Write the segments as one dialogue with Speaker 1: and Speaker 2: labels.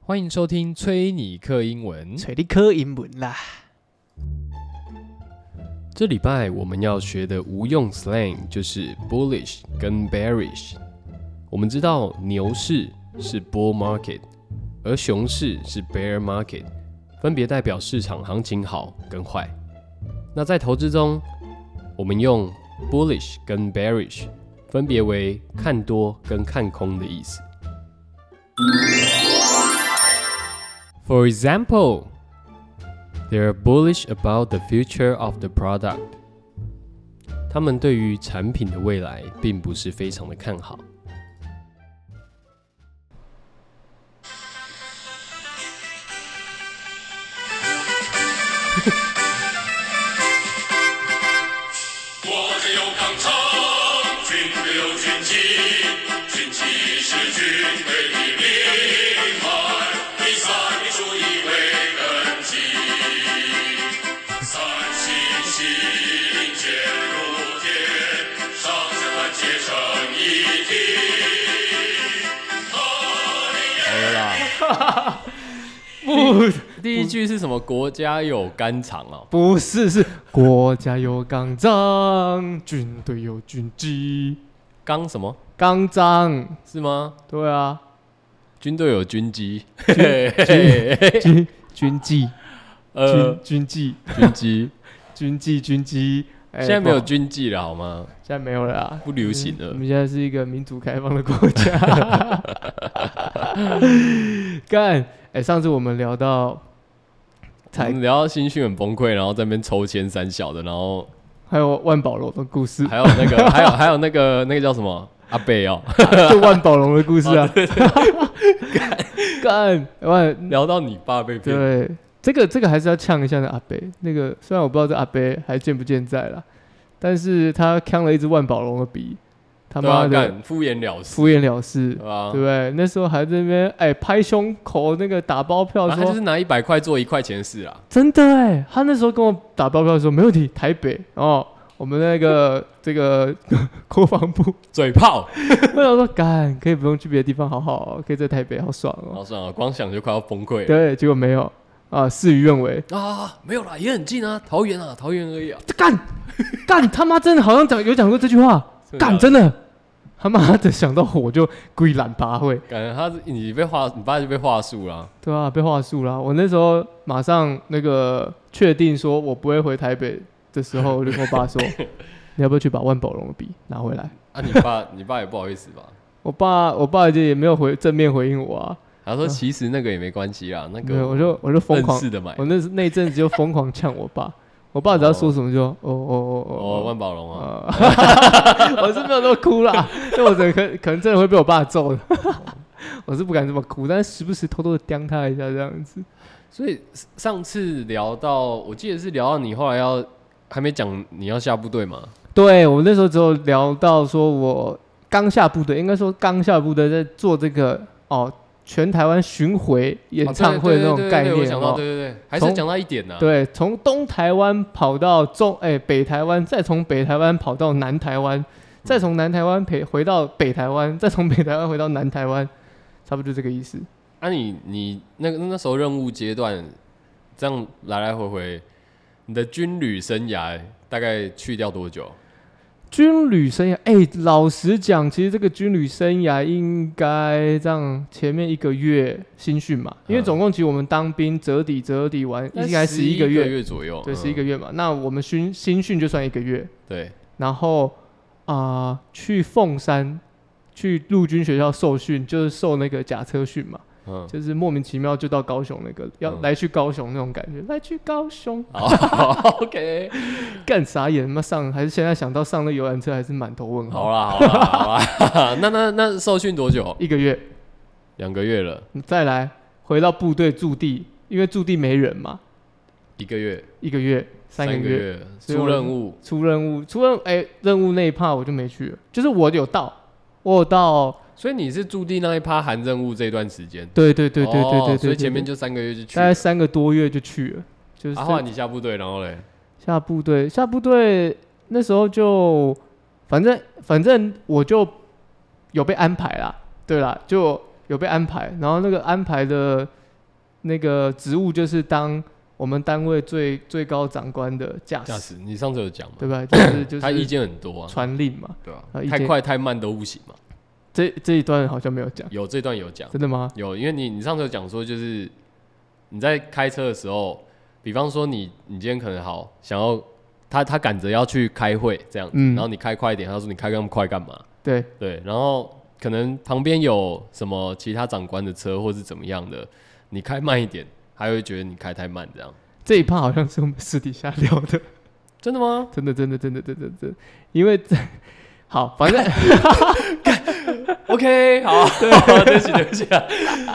Speaker 1: 欢迎收听崔尼克英文。
Speaker 2: 找你考英文啦。
Speaker 1: 这礼拜我们要学的无用 slang 就是 bullish 跟 bearish。我们知道牛市是 bull market，而熊市是 bear market，分别代表市场行情好跟坏。那在投资中，我们用 bullish 跟 bearish 分别为看多跟看空的意思。For example, They are bullish about the future of the product. 他们对于产品的未来并不是非常的看好。
Speaker 3: 我只有钢肠，军没有军旗，军旗是军队的名牌，第三民族以为根基，三心心坚如铁，上下团结成一体。
Speaker 1: 第一句是什么？国家有肝肠哦。
Speaker 2: 不是，是国家有钢章，军队有军纪，
Speaker 1: 刚什么？
Speaker 2: 钢章。
Speaker 1: 是吗？
Speaker 2: 对啊，
Speaker 1: 军队有军机，嘿嘿嘿
Speaker 2: 军军纪，
Speaker 1: 呃
Speaker 2: 军，军纪，
Speaker 1: 军机。
Speaker 2: 军纪，军纪。 哎
Speaker 1: 现在没有
Speaker 2: 不好
Speaker 1: 军纪了好吗？
Speaker 2: 现在没有了啊，
Speaker 1: 不流行了
Speaker 2: 我们现在是一个民主开放的国家。 干，哎、上次我们聊到
Speaker 1: 我
Speaker 2: 才
Speaker 1: 们聊到新训很崩溃，然后在那边抽签三小的，然 后
Speaker 2: 还有万宝龙的故事，
Speaker 1: 还有那个，还有还有那个那个叫什么阿贝 哦，
Speaker 2: 就万宝龙的故事 啊。干万
Speaker 1: 聊到你爸被骗，啊
Speaker 2: 对，这个这个还是要呛一下那阿北。那个虽然我不知道这阿北还健不健在啦，但是他扛了一支万宝龙的笔，他
Speaker 1: 对啊
Speaker 2: 妈的
Speaker 1: 干敷啊衍了事，
Speaker 2: 敷衍了事，
Speaker 1: 对吧
Speaker 2: 对不？对？那时候还在那边哎、拍胸口那个打包票
Speaker 1: 啊、他
Speaker 2: 说，
Speaker 1: 就是拿一百块做一块钱的事啊啦。
Speaker 2: 真的哎、他那时候跟我打包票说没问题，台北哦。我们那个这个 国防 部，
Speaker 1: 嘴炮，
Speaker 2: 我想说，干可以不用去别的地方，好好哦、可以在台北，好爽哦。
Speaker 1: 好爽啊！光想就快要崩溃了
Speaker 2: 对，结果没有啊，事与愿违。
Speaker 1: 啊！没有啦，也很近啊，桃园啊，桃园而已啊。
Speaker 2: 干干他妈真的好像讲有讲过这句话，
Speaker 1: 真的啊假的
Speaker 2: 干真的他妈的想到我就故意懒拔会，
Speaker 1: 感觉他是你被话，你爸就被话术啦。
Speaker 2: 对啊，被话术啦。我那时候马上那个确定说我不会回台北的时候，我就跟我爸 说，你要不要去把万宝龙的笔拿回来？
Speaker 1: 啊，你爸， 你爸也不好意思吧？
Speaker 2: 我爸我爸就也没有回正面回应我啊，
Speaker 1: 他说其实那个也没关系啦，那
Speaker 2: 没有，
Speaker 1: 个
Speaker 2: 我就我就疯
Speaker 1: 认
Speaker 2: 狂，
Speaker 1: 识的买
Speaker 2: 我那那一阵子就疯狂呛我爸，我爸只要说什么就哦哦哦
Speaker 1: 哦，万宝龙啊，
Speaker 2: 啊，呃 我是没有那么哭 啦，因为我可可能真的会被我爸揍的， 我是不敢这么哭，但是时不时偷偷的刁他一下这样子。
Speaker 1: 所以上次聊到，我记得是聊到你后来要还没讲你要下部队嘛，
Speaker 2: 对我那时候只有聊到说我刚下部队，应该说刚下部队在做这个哦，全台湾巡回演唱会那种概
Speaker 1: 啊对对对对对我
Speaker 2: 念
Speaker 1: 想到，
Speaker 2: 哦。
Speaker 1: 对对对，还是
Speaker 2: 从
Speaker 1: 讲到一点呐，啊
Speaker 2: 对，从东台湾跑到中，哎、北台湾，再从北台湾跑到南台
Speaker 1: 嗯
Speaker 2: 湾，再从南台湾陪回到北台湾，再从北台湾回到南台湾，差不多就这个意思。
Speaker 1: 啊你，你那个那时候任务阶段，这样来来回回，你的军旅生涯大概去掉多久？
Speaker 2: 军旅生涯，哎、老实讲，其实这个军旅生涯应该让前面一个月新训嘛，因为
Speaker 1: 嗯
Speaker 2: 总共其实我们当兵折抵折抵完，应该十一
Speaker 1: 一
Speaker 2: 个
Speaker 1: 月
Speaker 2: 月，
Speaker 1: 左右，
Speaker 2: 对，
Speaker 1: 嗯
Speaker 2: 十一个月嘛。那我们新新训就算一个月，
Speaker 1: 对，
Speaker 2: 然后啊、呃去凤山去陆军学校受训，就是受那个假车训嘛，
Speaker 1: 嗯，
Speaker 2: 就是莫名其妙就到高雄那个，要
Speaker 1: 嗯
Speaker 2: 来去高雄那种感觉，来去高雄，
Speaker 1: 好，OK，
Speaker 2: 干傻眼，妈上还是现在想到上那游览车还是满头问
Speaker 1: 好啊
Speaker 2: 号，
Speaker 1: 啦，好啦，好啦， 那那那受训多久？
Speaker 2: 一个月。
Speaker 1: 两个月了，
Speaker 2: 你再来回到部队驻地，因为驻地没人嘛，
Speaker 1: 一个月，
Speaker 2: 一个月、三个
Speaker 1: 个
Speaker 2: 月
Speaker 1: 月，
Speaker 2: 所以
Speaker 1: 出
Speaker 2: 我
Speaker 1: 任务，
Speaker 2: 出任务，出任哎、任务那一趴我就没去了，就是我有到，我有到，
Speaker 1: 所以你是驻地那一趴含任务这段时间，
Speaker 2: 对对对对对对
Speaker 1: 哦
Speaker 2: 对
Speaker 1: 所以前面
Speaker 2: 就
Speaker 1: 就三个月就去
Speaker 2: 大概
Speaker 1: 了。
Speaker 2: 三个多月就去了，就是
Speaker 1: 啊，
Speaker 2: 下、
Speaker 1: 后来你下部队，然后嘞，
Speaker 2: 下部队，下部队那时候就反正反正我就有被安排啦，对啦，就。有被安排，然后那个安排的那个职务就是当我们单位最最高长官的驾
Speaker 1: 驾
Speaker 2: 驶，
Speaker 1: 驶，你上次有讲嘛？
Speaker 2: 对吧？就是 就
Speaker 1: 他意
Speaker 2: 是
Speaker 1: 见很多啊，
Speaker 2: 传令嘛。
Speaker 1: 对啊
Speaker 2: 他意，见
Speaker 1: 太快太慢都不行嘛。
Speaker 2: 这这一段好像没有 讲，
Speaker 1: 有这段有讲，
Speaker 2: 真的吗？
Speaker 1: 有，因为你你上次有讲说，就是你在开车的时候，比方说你你今天可能好想要他他赶着要去开会这样子，
Speaker 2: 嗯
Speaker 1: 然后你开快一点，他说你开那么快干嘛？
Speaker 2: 对，
Speaker 1: 对，然后可能旁边有什么其他长官的车或是怎么样的，你开慢一点，他会觉得你开太慢这样。
Speaker 2: 这一趴好像是我们私底下聊的，
Speaker 1: 真的吗？
Speaker 2: 真的真的真的真的真的，因为这好，反正
Speaker 1: OK，好， 对不起，对不起 啊，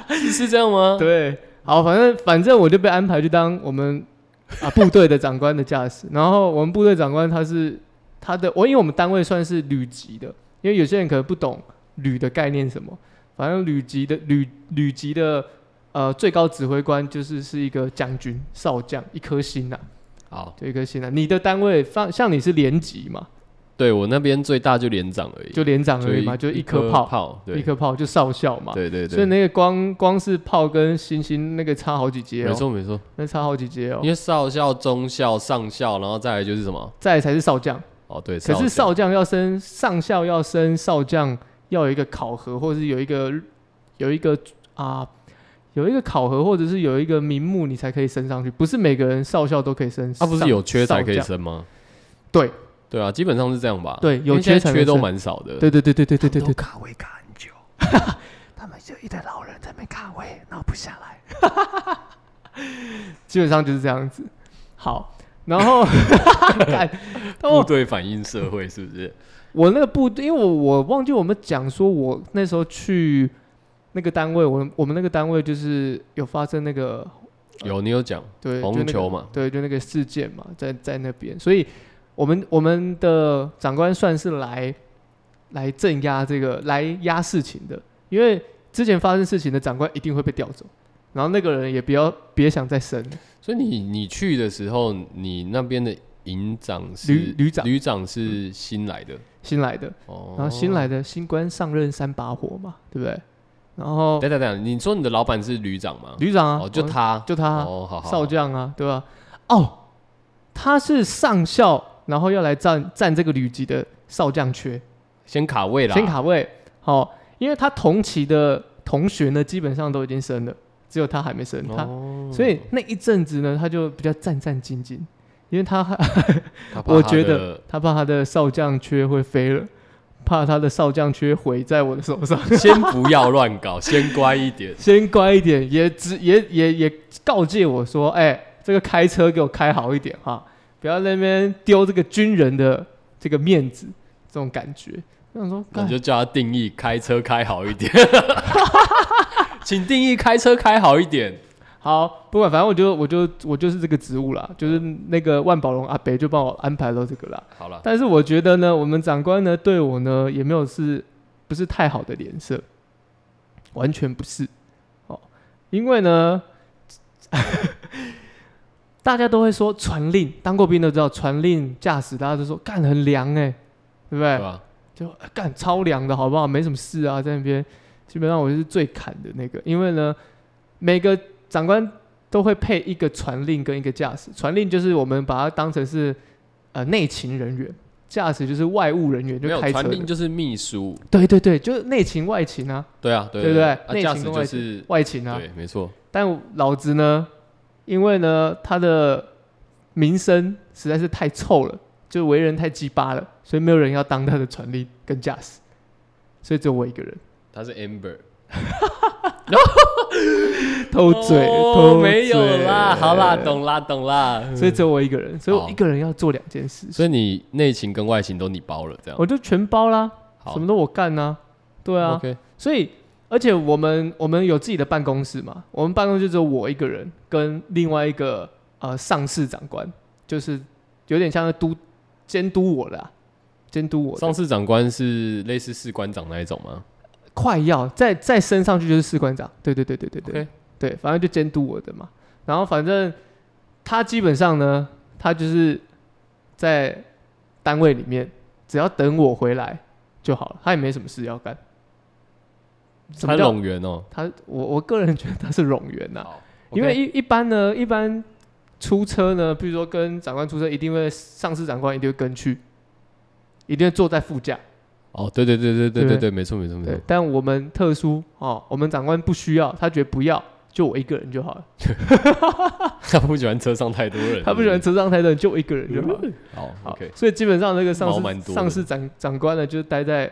Speaker 1: 是是这样吗？
Speaker 2: 对，好，反正反正我就被安排去当我们啊部队的长官的驾驶，然后我们部队长官他是他的，我因为我们单位算是旅级的，因为有些人可能不懂旅的概念是什么，反正旅级的旅旅级的呃最高指挥官就是是一个将军少将，一颗星呐、
Speaker 1: 好，
Speaker 2: 就一颗星呐、你的单位放像你是连级嘛，
Speaker 1: 对我那边最大就连长而已，
Speaker 2: 就连长而已
Speaker 1: 一
Speaker 2: 嘛，就
Speaker 1: 一
Speaker 2: 一颗炮，
Speaker 1: 炮，对
Speaker 2: 一，颗炮就少校嘛。
Speaker 1: 对对
Speaker 2: 所
Speaker 1: 对，
Speaker 2: 以那个光光是炮跟星星那个差好几阶
Speaker 1: 没
Speaker 2: 哦，
Speaker 1: 错没错，
Speaker 2: 那差好几阶哦
Speaker 1: 因。为少校、中校、上校，然后再来就是什么？
Speaker 2: 再来才是少将，
Speaker 1: 哦，对，
Speaker 2: 可是
Speaker 1: 校
Speaker 2: 少将要升上校要升少将，要有一个考核，或者是有一个有一个啊有一个考核，或者是有一个名目，你才可以升上去。不是每个人少校都可以升
Speaker 1: 他
Speaker 2: 上，
Speaker 1: 啊不是有缺才可以
Speaker 2: 少将？
Speaker 1: 升吗？
Speaker 2: 对
Speaker 1: 对啊，基本上是这样吧。
Speaker 2: 对
Speaker 1: 因为
Speaker 2: 有
Speaker 1: 现在
Speaker 2: 缺才能
Speaker 1: 缺都
Speaker 2: 升
Speaker 1: 蛮少的。
Speaker 2: 对对对对对对对对，
Speaker 4: 卡位卡很 久，他们就一堆老人在那边卡位，然后不下来。
Speaker 2: 基本上就是这样子。好，然后 干，但
Speaker 1: 部
Speaker 2: 我
Speaker 1: 队反映社会是不是？
Speaker 2: 我那个部队，因为我我忘记我们讲说，我那时候去那个单位，我我们那个单位就是有发生那个
Speaker 1: 有，你有讲
Speaker 2: 对
Speaker 1: 红
Speaker 2: 就那个
Speaker 1: 球嘛？
Speaker 2: 对，就那个事件嘛，在在那边，所以我们我们的长官算是来来镇压这个来压事情的，因为之前发生事情的长官一定会被调走，然后那个人也不要别想再升，
Speaker 1: 所以你你去的时候，你那边的营长是
Speaker 2: 旅旅长
Speaker 1: 旅长是新来的
Speaker 2: 新来的，
Speaker 1: 哦。
Speaker 2: 然后新，来的新官上任三把火嘛，对不对？然后
Speaker 1: 等等等，你说你的老板是旅长吗？
Speaker 2: 旅长啊，
Speaker 1: 哦，就
Speaker 2: 我
Speaker 1: 他，
Speaker 2: 就他啊、
Speaker 1: 哦，好好好
Speaker 2: 少将啊，对吧？哦，他是上校，然后要来占占这个旅级的少将缺。
Speaker 1: 先卡位啦，
Speaker 2: 先卡位，好、因为他同期的同学呢，基本上都已经升了，只有他还没升，他，
Speaker 1: 哦
Speaker 2: 所以那一阵子呢，他就比较战战兢兢，因为他
Speaker 1: 他怕
Speaker 2: 我
Speaker 1: 他
Speaker 2: 觉
Speaker 1: 的
Speaker 2: 得他怕他的少将缺会飞了，怕他的少将缺毁在我的手上，
Speaker 1: 先不要乱搞，先乖一点。
Speaker 2: 先乖一点，也只也也也告诫我说，哎、这个开车给我开好一点哈，不要在那边丢这个军人的这个面子，这种感觉。我想说，
Speaker 1: 那
Speaker 2: 干
Speaker 1: 你就叫他定义开车开好一点， 请定义开车开好一点。
Speaker 2: 好，不管，反正我就我就我就是这个职务啦，就是那个万宝龙阿北就帮我安排到这个啦。
Speaker 1: 好了，
Speaker 2: 但是我觉得呢，我们长官呢对我呢也没有是不是太好的脸色，完全不是哦，因为呢， 大家都会说传令，当过兵的知道传令驾驶，大家都说干很凉哎、对不对
Speaker 1: 对？吧？
Speaker 2: 就呃干超凉的好不好？没什么事啊，在那边基本上我是最砍的那个，因为呢，每个长官都会配一个传令跟一个驾驶，传令就是我们把它当成是呃内勤人员，驾驶就是外务人员，就
Speaker 1: 没有
Speaker 2: 开车
Speaker 1: 传
Speaker 2: 的。
Speaker 1: 令就是秘书，
Speaker 2: 对对对，就是内勤外勤啊，
Speaker 1: 对啊，对对
Speaker 2: 对对
Speaker 1: 啊
Speaker 2: 内
Speaker 1: 驾驶
Speaker 2: 勤跟
Speaker 1: 就
Speaker 2: 外
Speaker 1: 是
Speaker 2: 外勤啊。
Speaker 1: 对，没错，
Speaker 2: 但老子呢，因为呢他的名声实在是太臭了，就为人太鸡巴了，所以没有人要当他的传令跟驾驶，所以只有我一个人。
Speaker 1: 他是 Amber。
Speaker 2: 偷
Speaker 1: 哦
Speaker 2: 嘴，偷嘴嗯
Speaker 1: 没有啦，好啦，。懂啦，懂啦。
Speaker 2: 所以只有我一个人，所以
Speaker 1: 好啊
Speaker 2: 我一个人要做两件事，
Speaker 1: 所以你内勤跟外勤都你包了，这样
Speaker 2: 我就全包啦，
Speaker 1: 好
Speaker 2: 什么都我干呐、对啊
Speaker 1: OK，
Speaker 2: 所以而且我们我们有自己的办公室嘛，我们办公室只有我一个人跟另外一个呃上士长官，就是有点像是督监督我的、啊，监督我的
Speaker 1: 上次长官是类似士官长那一种吗？
Speaker 2: 快要再再升上去就是士官长，对对对对对对
Speaker 1: OK
Speaker 2: 对，反正就监督我的嘛。然后反正他基本上呢，他就是在单位里面，只要等我回来就好了，他也没什么事要干。什
Speaker 1: 他
Speaker 2: 么叫
Speaker 1: 拢圆哦，
Speaker 2: 他？我我个人觉得他是冗员呐、
Speaker 1: 好
Speaker 2: 因为
Speaker 1: OK
Speaker 2: 一一般呢，一般出车呢，比如说跟长官出车，一定会上司长官一定会跟去，一定会坐在副驾。
Speaker 1: 哦，对对对对对
Speaker 2: 对
Speaker 1: 对对，没错没错没
Speaker 2: 对
Speaker 1: 错，，
Speaker 2: 但我们特殊哦，我们长官不需要，他觉得不要，就我一个人就好了。
Speaker 1: 他不喜欢车上太多人，
Speaker 2: 他不喜欢车上太多人，就我一个人就好了。
Speaker 1: 好
Speaker 2: 好
Speaker 1: 嗯 OK，
Speaker 2: 所以基本上那个上
Speaker 1: 毛蛮
Speaker 2: 司
Speaker 1: 多的
Speaker 2: 上司长长官呢，就是待在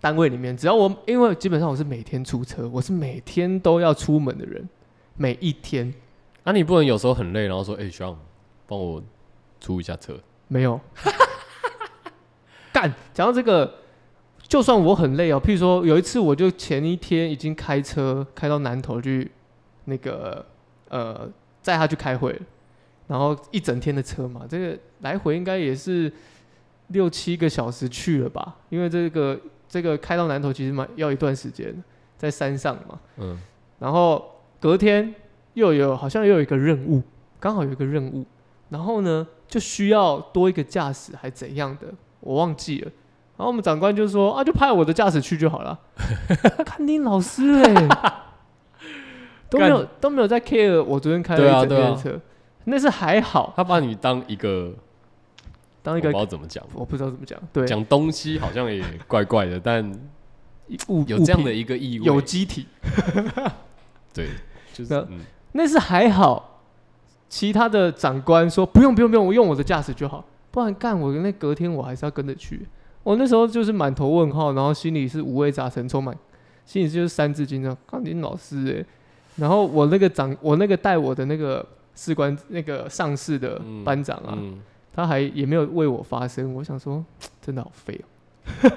Speaker 2: 单位里面。只要我，因为基本上我是每天出车，我是每天都要出门的人，每一天
Speaker 1: 那你不能有时候很累，然后说，哎，徐昂，帮我出一下车，
Speaker 2: 没有 干。讲到这个，就算我很累哦，譬如说有一次，我就前一天已经开车开到南头去，那个呃载他去开会了，然后一整天的车嘛，这个来回应该也是六七个小时去了吧？因为这个这个开到南头其实蛮要一段时间，在山上嘛。
Speaker 1: 嗯，
Speaker 2: 然后隔天又有好像又有一个任务，刚好有一个任务，然后呢就需要多一个驾驶还怎样的，我忘记了。然后我们长官就说啊，就派我的驾驶去就好了。 看你老师嘞、都没有都没有在 care 我昨天开了
Speaker 1: 对啊
Speaker 2: 一整
Speaker 1: 对
Speaker 2: 天的
Speaker 1: 啊
Speaker 2: 车，那是还好
Speaker 1: 他把你当一个，
Speaker 2: 当
Speaker 1: 我
Speaker 2: 一
Speaker 1: 不
Speaker 2: 个
Speaker 1: 知道怎么讲，
Speaker 2: 我不知道怎么讲，对，
Speaker 1: 讲东西好像也怪怪的， 但
Speaker 2: 物
Speaker 1: 有这样
Speaker 2: 物
Speaker 1: 的
Speaker 2: 品
Speaker 1: 一个意味，
Speaker 2: 有机体，
Speaker 1: 对，就是
Speaker 2: 那
Speaker 1: 嗯
Speaker 2: 那是还好。其他的长官说不用不用不用，我用我的驾驶就好，不然干我那隔天我还是要跟着去。我那时候就是满头问号，然后心里是五味杂陈，充满心里就是三字经这样。看你老师哎、然后我那个长我那个带我的那个士官那个上士的
Speaker 1: 嗯
Speaker 2: 班长啊，
Speaker 1: 嗯，
Speaker 2: 他还也没有为我发声，我想说真的好废哦、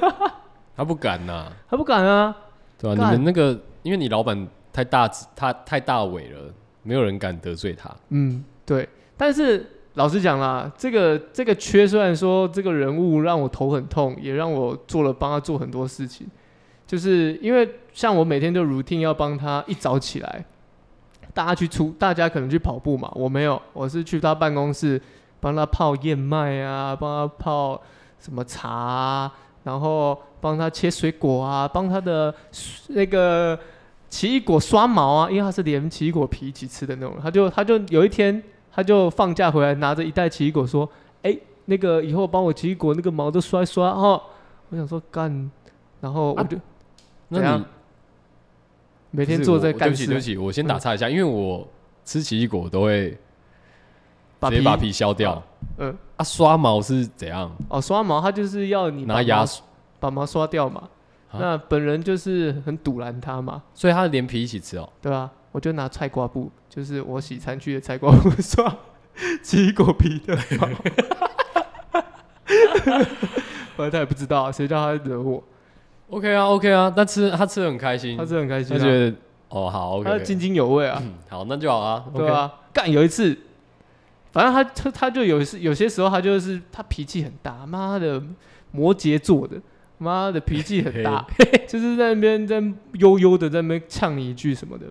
Speaker 1: 他不敢呐，
Speaker 2: 他不敢啊，
Speaker 1: 对啊，
Speaker 2: 干
Speaker 1: 你们那个，因为你老板太大只，他太大尾了，没有人敢得罪他。
Speaker 2: 嗯，对。但是老实讲啦，这个这个缺虽然说这个人物让我头很痛，也让我做了帮他做很多事情，就是因为像我每天都 routine 要帮他一早起来，大家去出，大家可能去跑步嘛，我没有，我是去他办公室帮他泡燕麦啊，帮他泡什么茶、啊，然后帮他切水果啊，帮他的那个奇异果刷毛啊，因为他是连奇异果皮一起吃的那种，他就他就有一天他就放假回来拿着一袋奇异果说，哎、那个以后帮我奇异果那个毛都刷一刷哦，我想说干，然后我
Speaker 1: 啊
Speaker 2: 就
Speaker 1: 那
Speaker 2: 怎
Speaker 1: 你
Speaker 2: 样每
Speaker 1: 每
Speaker 2: 天坐在
Speaker 1: 对
Speaker 2: 干
Speaker 1: 不起，对
Speaker 2: 事嗯
Speaker 1: 不，起，我先打岔一下，因为我吃奇异果都会
Speaker 2: 把
Speaker 1: 直接
Speaker 2: 皮
Speaker 1: 把皮削掉。
Speaker 2: 嗯
Speaker 1: 啊，刷毛是怎样？
Speaker 2: 哦刷毛，他就是要你把
Speaker 1: 拿牙
Speaker 2: 毛
Speaker 1: 刷，
Speaker 2: 把毛刷掉嘛。
Speaker 1: 啊
Speaker 2: 那本人就是很堵拦他嘛，
Speaker 1: 所以他连皮一起吃哦。
Speaker 2: 对吧、我就拿菜瓜布，就是我洗餐具的菜瓜布 刷奇异果皮的毛。 反正他也不知道啊、谁叫他惹我，
Speaker 1: OK 啊，OK 啊，那吃他吃的很开心，
Speaker 2: 他是很开心、
Speaker 1: 他
Speaker 2: 啊，
Speaker 1: 觉得哦好
Speaker 2: 他
Speaker 1: ，OK，
Speaker 2: 津津有味啊，
Speaker 1: 嗯好，那就好啊。
Speaker 2: 对啊，干有一次，反正他他他就有一次，有些时候他就是他脾气很大，妈的摩羯座的，妈的脾气很大， 就是在那边在悠悠的在那边呛你一句什么的。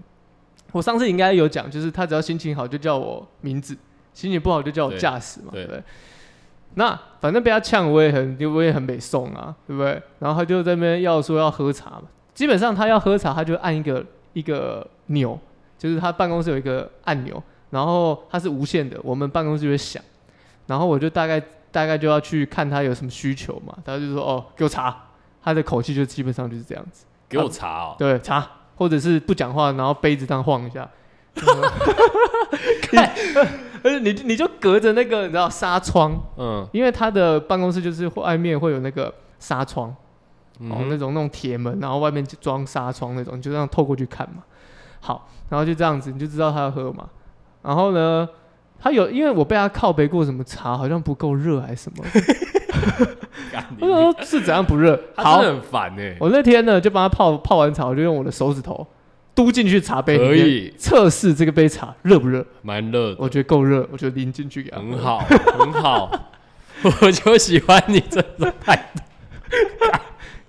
Speaker 2: 我上次应该有讲，就是他只要心情好就叫我名字，心情不好就叫我
Speaker 1: 对
Speaker 2: 驾驶嘛，
Speaker 1: 对
Speaker 2: 对不对？那反正被他呛，我也很我也很没送啊，对不对？然后他就在那边要说要喝茶嘛，基本上他要喝茶，他就按一个一个钮，就是他办公室有一个按钮，然后它是无线的，我们办公室就会响，然后我就大概大概就要去看他有什么需求嘛，他就说哦给我茶，他的口气就基本上就是这样子，
Speaker 1: 给我查哦，
Speaker 2: 对茶，或者是不讲话，然后杯子这样晃一 下， 而哎且你你就隔着那个你知道纱窗，
Speaker 1: 嗯，
Speaker 2: 因为他的办公室就是外面会有那个纱窗，哦，
Speaker 1: 嗯
Speaker 2: 那种那种铁门，然后外面就装纱窗那种，你就这样透过去看嘛。好，然后就这样子，你就知道他要喝嘛。然后呢，他有因为我被他靠背过什么茶好像不够热还是什么，
Speaker 1: 干你
Speaker 2: 我想说是怎样不热？
Speaker 1: 他
Speaker 2: 好
Speaker 1: 真，的很烦哎，
Speaker 2: 我那天呢就帮他泡泡完茶，我就用我的手指头嘟进去茶杯里
Speaker 1: 可
Speaker 2: 面，
Speaker 1: 以，
Speaker 2: 测试这个杯茶热不热。
Speaker 1: 蛮热的。
Speaker 2: 我觉得够热，我就淋进去给他喝。
Speaker 1: 很好，很好， 我就喜欢你这种态度。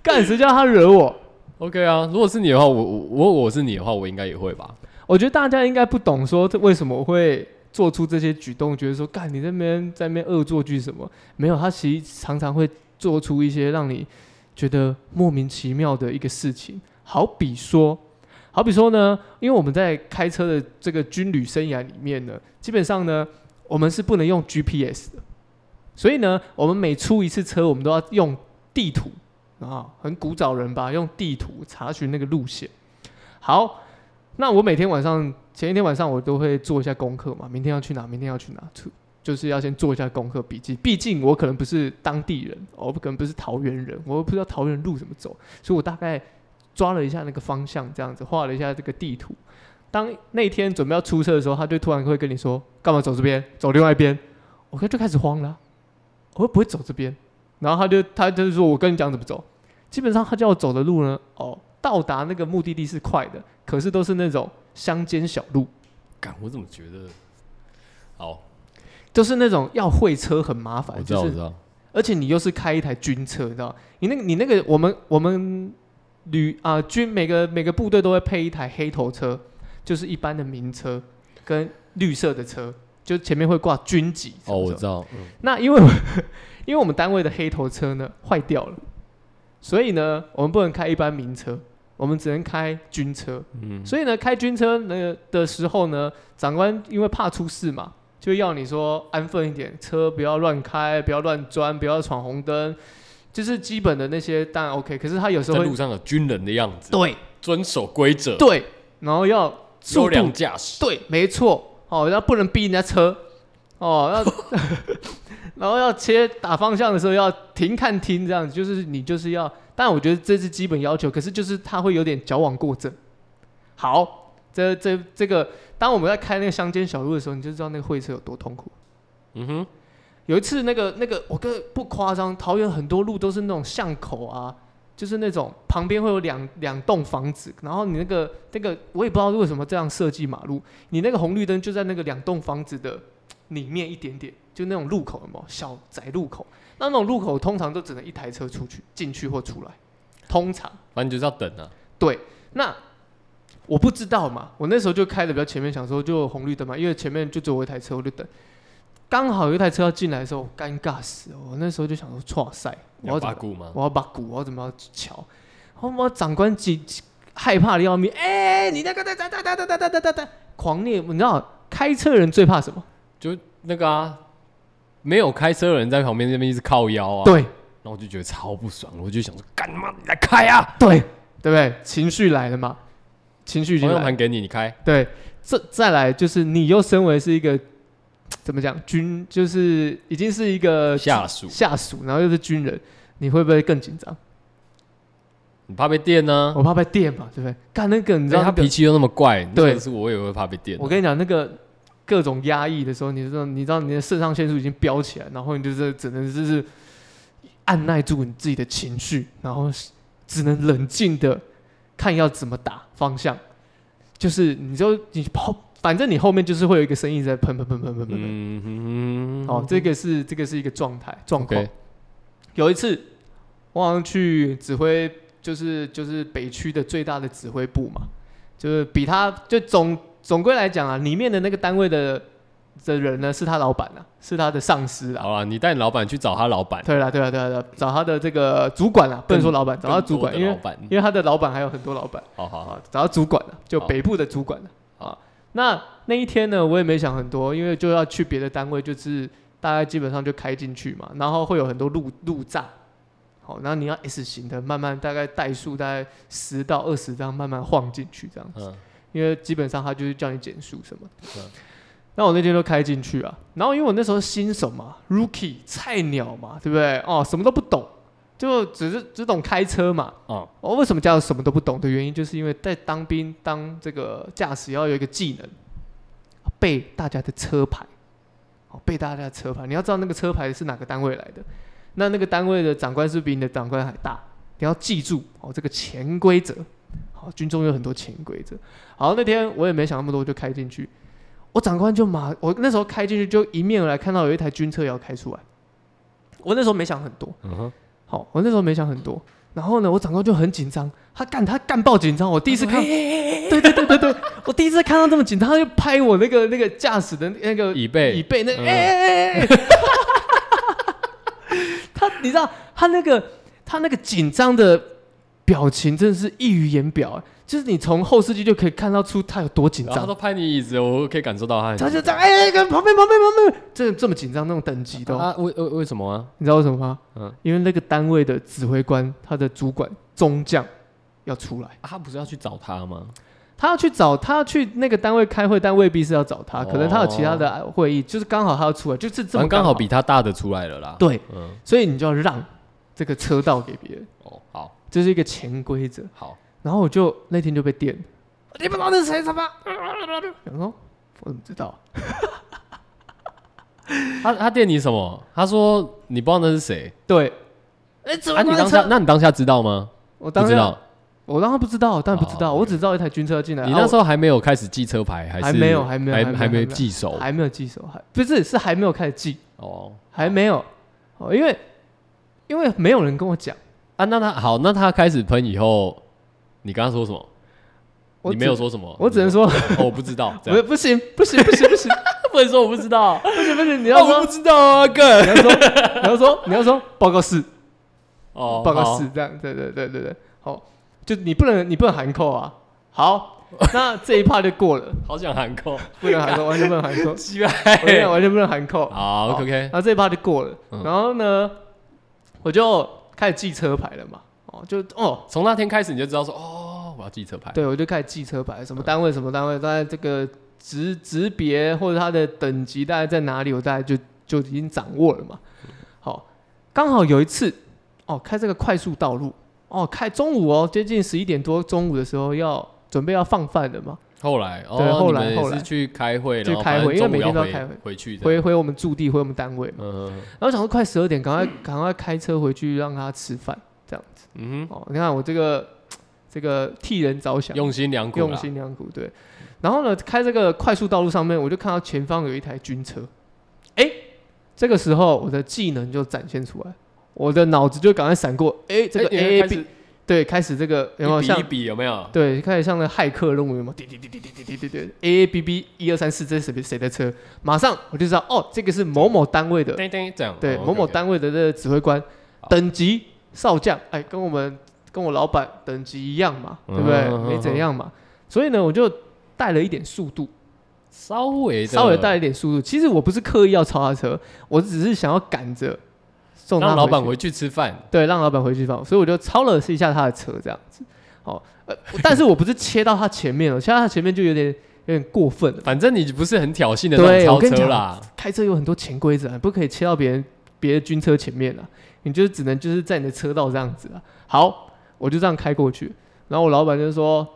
Speaker 2: 干谁叫他惹我？
Speaker 1: OK 啊，如果是你的话，我我我我是你的话，我应该也会吧。
Speaker 2: 我觉得大家应该不懂说这为什么会做出这些举动，觉得说干你这边在那边恶作剧什么？没有，他其实常常会做出一些让你觉得莫名其妙的一个事情，好比说，好比说呢，因为我们在开车的这个军旅生涯里面呢，基本上呢，我们是不能用 GPS 的，所以呢，我们每出一次车，我们都要用地图啊，很古早人吧，用地图查询那个路线。好，那我每天晚上前一天晚上我都会做一下功课嘛，明天要去哪，明天要去哪，出就是要先做一下功课笔记，毕竟我可能不是当地人，我可能不是桃园人，我不知道桃园路怎么走，所以我大概抓了一下那个方向，这样子画了一下这个地图。当那天准备要出车的时候，他就突然会跟你说：“干嘛走这边？走另外一边。”我就就开始慌了啊、我会不会走这边？然后他就他就是说我跟你讲怎么走。基本上他叫我走的路呢，哦，到达那个目的地是快的，可是都是那种乡间小路，
Speaker 1: 干，我怎么觉得？好，
Speaker 2: 都是那种要会车很麻
Speaker 1: 我
Speaker 2: 烦，
Speaker 1: 知道，
Speaker 2: 就
Speaker 1: 我
Speaker 2: 是
Speaker 1: 知道。
Speaker 2: 而且你又是开一台军车，你知道？你那个你那个我们我们旅啊、军每个每个部队都会配一台黑头车，就是一般的民车跟绿色的车，就前面会挂军籍。
Speaker 1: 哦，我
Speaker 2: 什么什么
Speaker 1: 知道。嗯
Speaker 2: 那因为我 因为我们单位的黑头车呢坏掉了，所以呢我们不能开一般民车，我们只能开军车。
Speaker 1: 嗯，
Speaker 2: 所以呢，开军车呢的时候呢，长官因为怕出事嘛，就要你说安分一点，车不要乱开，不要乱钻，不要闯红灯，就是基本的那些当然 OK。可是他有时
Speaker 1: 在
Speaker 2: 候
Speaker 1: 路
Speaker 2: 会
Speaker 1: 上有军人的样子，
Speaker 2: 对
Speaker 1: 遵守规则，
Speaker 2: 对，然后要
Speaker 1: 优
Speaker 2: 速度
Speaker 1: 良驾驶。
Speaker 2: 对，没错哦，要不能逼人家车哦，要 然后要切打方向的时候要停看停这样子，就是你就是要，但我觉得这是基本要求，可是就是他会有点矫枉过正。好，这这这个，当我们在开那个乡间小路的时候，你就知道那个会车有多痛苦。
Speaker 1: 嗯哼，
Speaker 2: 有一次那个那个，我跟不夸张，桃园很多路都是那种巷口啊，就是那种旁边会有两两栋房子，然后你那个那个我也不知道为什么这样设计马路，你那个红绿灯就在那个两栋房子的里面一点点，就那种路口有没有小窄路口？那那种路口通常都只能一台车出去进去或出来，通常。
Speaker 1: 反正就是要等啊。
Speaker 2: 对，那我不知道嘛，我那时候就开的比较前面，想说就红绿灯嘛，因为前面就只有我一台车，我就等。刚好有一台车要进来的时候，我尴尬死了。我那时候就想说，哇塞，我
Speaker 1: 要
Speaker 2: 要怎
Speaker 1: 八
Speaker 2: 么，
Speaker 1: 股吗？
Speaker 2: 我要把鼓，我要怎么瞧？然后我长官急急害怕的要命，哎、你那个哒哒哒哒哒哒哒哒哒，狂念，你知道开车人最怕什么？
Speaker 1: 就那个啊，没有开车的人在旁边这边一直靠腰啊。。
Speaker 2: 对
Speaker 1: 然后我就觉得超不爽，我就想说，干嘛你来开啊？
Speaker 2: 对对不对？情绪来了嘛，情绪已经
Speaker 1: 方
Speaker 2: 来
Speaker 1: 向
Speaker 2: 了。
Speaker 1: 盘给你，你开。
Speaker 2: 对，这再来就是你又身为是一个怎么讲军，就是已经是一个
Speaker 1: 下属
Speaker 2: 下属，然后又是军人，你会不会更紧张？
Speaker 1: 你怕被电呢、啊？
Speaker 2: 我怕被电嘛，对不对？干那呃个，你
Speaker 1: 你
Speaker 2: 知
Speaker 1: 知道
Speaker 2: 道、那
Speaker 1: 他
Speaker 2: 个
Speaker 1: 脾气又那么怪，你
Speaker 2: 对
Speaker 1: 真的是我也会怕被电啊、
Speaker 2: 我跟你讲，那个各种压抑的时候，你知道，你知道你的肾上腺素已经飙起来，然后你就是只能就是按耐住你自己的情绪，然后只能冷静的看要怎么打方向。就是你就你跑，反正你后面就是会有一个声音在喷喷喷喷喷喷喷。
Speaker 1: 嗯哼哼
Speaker 2: 哦，这个是这个是一个状态状况。
Speaker 1: OK，
Speaker 2: 有一次，我好像去指挥，就是就是北区的最大的指挥部嘛，就是比他就总总归来讲啊，里面的那个单位的的人呢，是他老板啊，是他的上司啊。
Speaker 1: 好了，你带你老板去找他老板，
Speaker 2: 对啦，对啦，对啦，对啦找他的这个主管啊，不能说老板，找他
Speaker 1: 更
Speaker 2: 主
Speaker 1: 多
Speaker 2: 管，
Speaker 1: 的
Speaker 2: 因
Speaker 1: 老
Speaker 2: 为
Speaker 1: 板，
Speaker 2: 因为他的老板还有很多老板。
Speaker 1: 好好好，
Speaker 2: 啊，找到主管了，就
Speaker 1: 好
Speaker 2: 北部的主管了啊。那那一天呢，我也没想很多，因为就要去别的单位，就是大概基本上就开进去嘛，然后会有很多路路障，好，然后你要 S 型的，慢慢大概代数大概十到二十张，慢慢晃进去这样子，
Speaker 1: 嗯，
Speaker 2: 因为基本上他就是叫你减速什么的
Speaker 1: 嗯。
Speaker 2: 那我那天都开进去啊，然后因为我那时候新手嘛，rookie 菜鸟嘛，对不对？哦，什么都不懂，就只是只懂开车嘛。
Speaker 1: 哦，
Speaker 2: 我、为什么叫什么都不懂的原因，就是因为在当兵当这个驾驶要有一个技能，哦背大家的车牌，哦，背大家的车牌，你要知道那个车牌是哪个单位来的，那那个单位的长官是不是比你的长官还大，你要记住哦这个潜规则，好、军中有很多潜规则。好，那天我也没想那么多，我就开进去，我长官就马，我那时候开进去就迎面而来看到有一台军车也要开出来，我那时候没想很多。
Speaker 1: 嗯哼，
Speaker 2: 好，我那时候没想很多。然后呢，我长官就很紧张，他干他干爆紧张。我第一次看，对对对对对，我第一次看到这么紧张，他就拍我那个那个驾驶的那个
Speaker 1: 椅背
Speaker 2: 椅背那个，
Speaker 1: 嗯
Speaker 2: 哎哎哎哎哎，他你知道他那个他那个紧张的表情真的是溢于言表，哎就是你从后视镜就可以看到出他有多紧
Speaker 1: 然后他
Speaker 2: 张
Speaker 1: 都。拍你椅子，我可以感受到他很
Speaker 2: 他就这样，哎、哎跟旁边旁边旁边，这这么紧张那种等级的哦、
Speaker 1: 啊，为为为什么啊？
Speaker 2: 你知道为什么吗？
Speaker 1: 嗯
Speaker 2: 因为那个单位的指挥官，他的主管中将要出来，
Speaker 1: 啊他不是要去找他吗？
Speaker 2: 他要去找他要去那个单位开会，但未必是要找他，可能他有其他的啊会议，就是刚好他要出来，就是这
Speaker 1: 反
Speaker 2: 么
Speaker 1: 正刚好比他大的出来了啦。，
Speaker 2: 对，
Speaker 1: 嗯，
Speaker 2: 所以你就要让这个车道给别人，
Speaker 1: 哦，好，
Speaker 2: 这是一个潜规则。
Speaker 1: 好，
Speaker 2: 然后我就那天就被电了，你不知道那是谁他妈，然后我怎么知道？
Speaker 1: 他他电你什么？他说你不知道那是谁？
Speaker 2: 对，
Speaker 4: 哎，怎
Speaker 1: 啊，
Speaker 4: 么
Speaker 1: 你
Speaker 4: 那
Speaker 1: 当
Speaker 4: 个
Speaker 1: 下
Speaker 4: 车？
Speaker 1: 那你当下知道吗？
Speaker 2: 我当
Speaker 1: 不
Speaker 2: 时
Speaker 1: 知道，
Speaker 2: 我当然不知道，当然不知道，
Speaker 1: 哦
Speaker 2: 我只知道一台军车进来。
Speaker 1: 你
Speaker 2: 然后
Speaker 1: 那时候还没有开始记车牌，还是
Speaker 2: 啊还没有还没有还
Speaker 1: 还
Speaker 2: 没有
Speaker 1: 还
Speaker 2: 还没
Speaker 1: 没
Speaker 2: 有
Speaker 1: 记手
Speaker 2: 哦还没有记手，还不是是还没有开始记，
Speaker 1: 哦。
Speaker 2: 还没有哦，因为因为没有人跟我讲，
Speaker 1: 啊，那他好，那他开始喷以后，你跟他说什么？
Speaker 2: 我
Speaker 1: 你
Speaker 2: 只
Speaker 1: 没有，说什么，
Speaker 2: 我只能
Speaker 1: 你
Speaker 2: 说，
Speaker 1: 哦我不知 道，这
Speaker 2: 我
Speaker 1: 样
Speaker 2: 不行不行不行不行
Speaker 1: 不能说我不知道，
Speaker 2: 不行不行，你
Speaker 1: 啊
Speaker 2: 要
Speaker 1: 我
Speaker 2: 说
Speaker 1: 不知道啊，哥
Speaker 2: 你要说你要说你要说报告室
Speaker 1: 哦
Speaker 2: 报告
Speaker 1: 好
Speaker 2: 室这样，对对对对对，好，就你不能你不能含扣啊，好， 那这一趴就过了，
Speaker 1: 好想喊扣，
Speaker 2: 不能含扣，完全不能含扣，
Speaker 1: 鸡巴，
Speaker 2: 我跟你讲完全不能含扣，
Speaker 1: 好，OK OK，
Speaker 2: 然后这一趴就过了，
Speaker 1: 嗯
Speaker 2: 然后呢，我就开始记车牌了嘛，哦，就哦。
Speaker 1: 从那天开始你就知道说，哦，我要记车牌，嗯
Speaker 2: 对，我就开始记车牌，什么单位什么单位，大概这个职职别或者它的等级大概在哪里，我大概就就已经掌握了嘛。好，刚好有一次，哦，开这个快速道路，哦，开中午哦，接近十一点多，中午的时候要准备要放饭了嘛，
Speaker 1: 后来哦，
Speaker 2: 对后来
Speaker 1: 你们
Speaker 2: 后
Speaker 1: 也
Speaker 2: 来
Speaker 1: 是去开会，
Speaker 2: 去
Speaker 1: 然后
Speaker 2: 开
Speaker 1: 反正
Speaker 2: 会因为
Speaker 1: 中午
Speaker 2: 每天
Speaker 1: 要
Speaker 2: 都要
Speaker 1: 回
Speaker 2: 开会
Speaker 1: 回去的，
Speaker 2: 回回我们驻地，回我们单位嘛。
Speaker 1: 嗯
Speaker 2: 然后想说快十二点，赶快赶快开车回去让他吃饭，这样子。
Speaker 1: 嗯
Speaker 2: 哦，你看我这个这个替人着
Speaker 1: 哼，
Speaker 2: 想，
Speaker 1: 用心良苦啦，
Speaker 2: 嗯用心良苦，对。然后呢，开这个快速道路上面，我就看到前方有一台军车，哎、这个时候我的技能就展现出来，我的脑子就赶快闪过，哎、这个
Speaker 1: 哎你
Speaker 2: A
Speaker 1: 开
Speaker 2: A
Speaker 1: 始
Speaker 2: B，对，开始这个有没有
Speaker 1: 一比
Speaker 2: 像
Speaker 1: 一比有没有？
Speaker 2: 对，开始像那骇客任务有没有？滴滴滴滴滴滴滴滴滴，A A B B 一二三四，这是谁谁的车？马上我就知道，哦，这个是某某单位的，
Speaker 1: 叮叮这样，
Speaker 2: 对，
Speaker 1: 哦
Speaker 2: 某某
Speaker 1: OK，OK
Speaker 2: 单位的这个指挥官，等级少将，哎，跟我们跟我老板等级一样嘛，对不对
Speaker 1: 嗯？
Speaker 2: 没怎样嘛，所以呢，我就带了一点速度，
Speaker 1: 稍微的
Speaker 2: 稍微带了一点速度。其实我不是刻意要超他车，我只是想要赶着送他
Speaker 1: 让老板
Speaker 2: 去
Speaker 1: 回去吃饭，
Speaker 2: 对，让老板回去放，所以我就超了一下他的车这样子。哦，呃，但是我不是切到他前面了，哦切到他前面就有点有点过分了。
Speaker 1: 反正你不是很挑衅的那
Speaker 2: 对
Speaker 1: 种
Speaker 2: 我跟
Speaker 1: 超
Speaker 2: 你
Speaker 1: 车
Speaker 2: 讲
Speaker 1: 啦，
Speaker 2: 开车有很多潜规则啊，不可以切到别人别的军车前面啊，你就是只能就是在你的车道这样子啊。好，我就这样开过去，然后我老板就说：“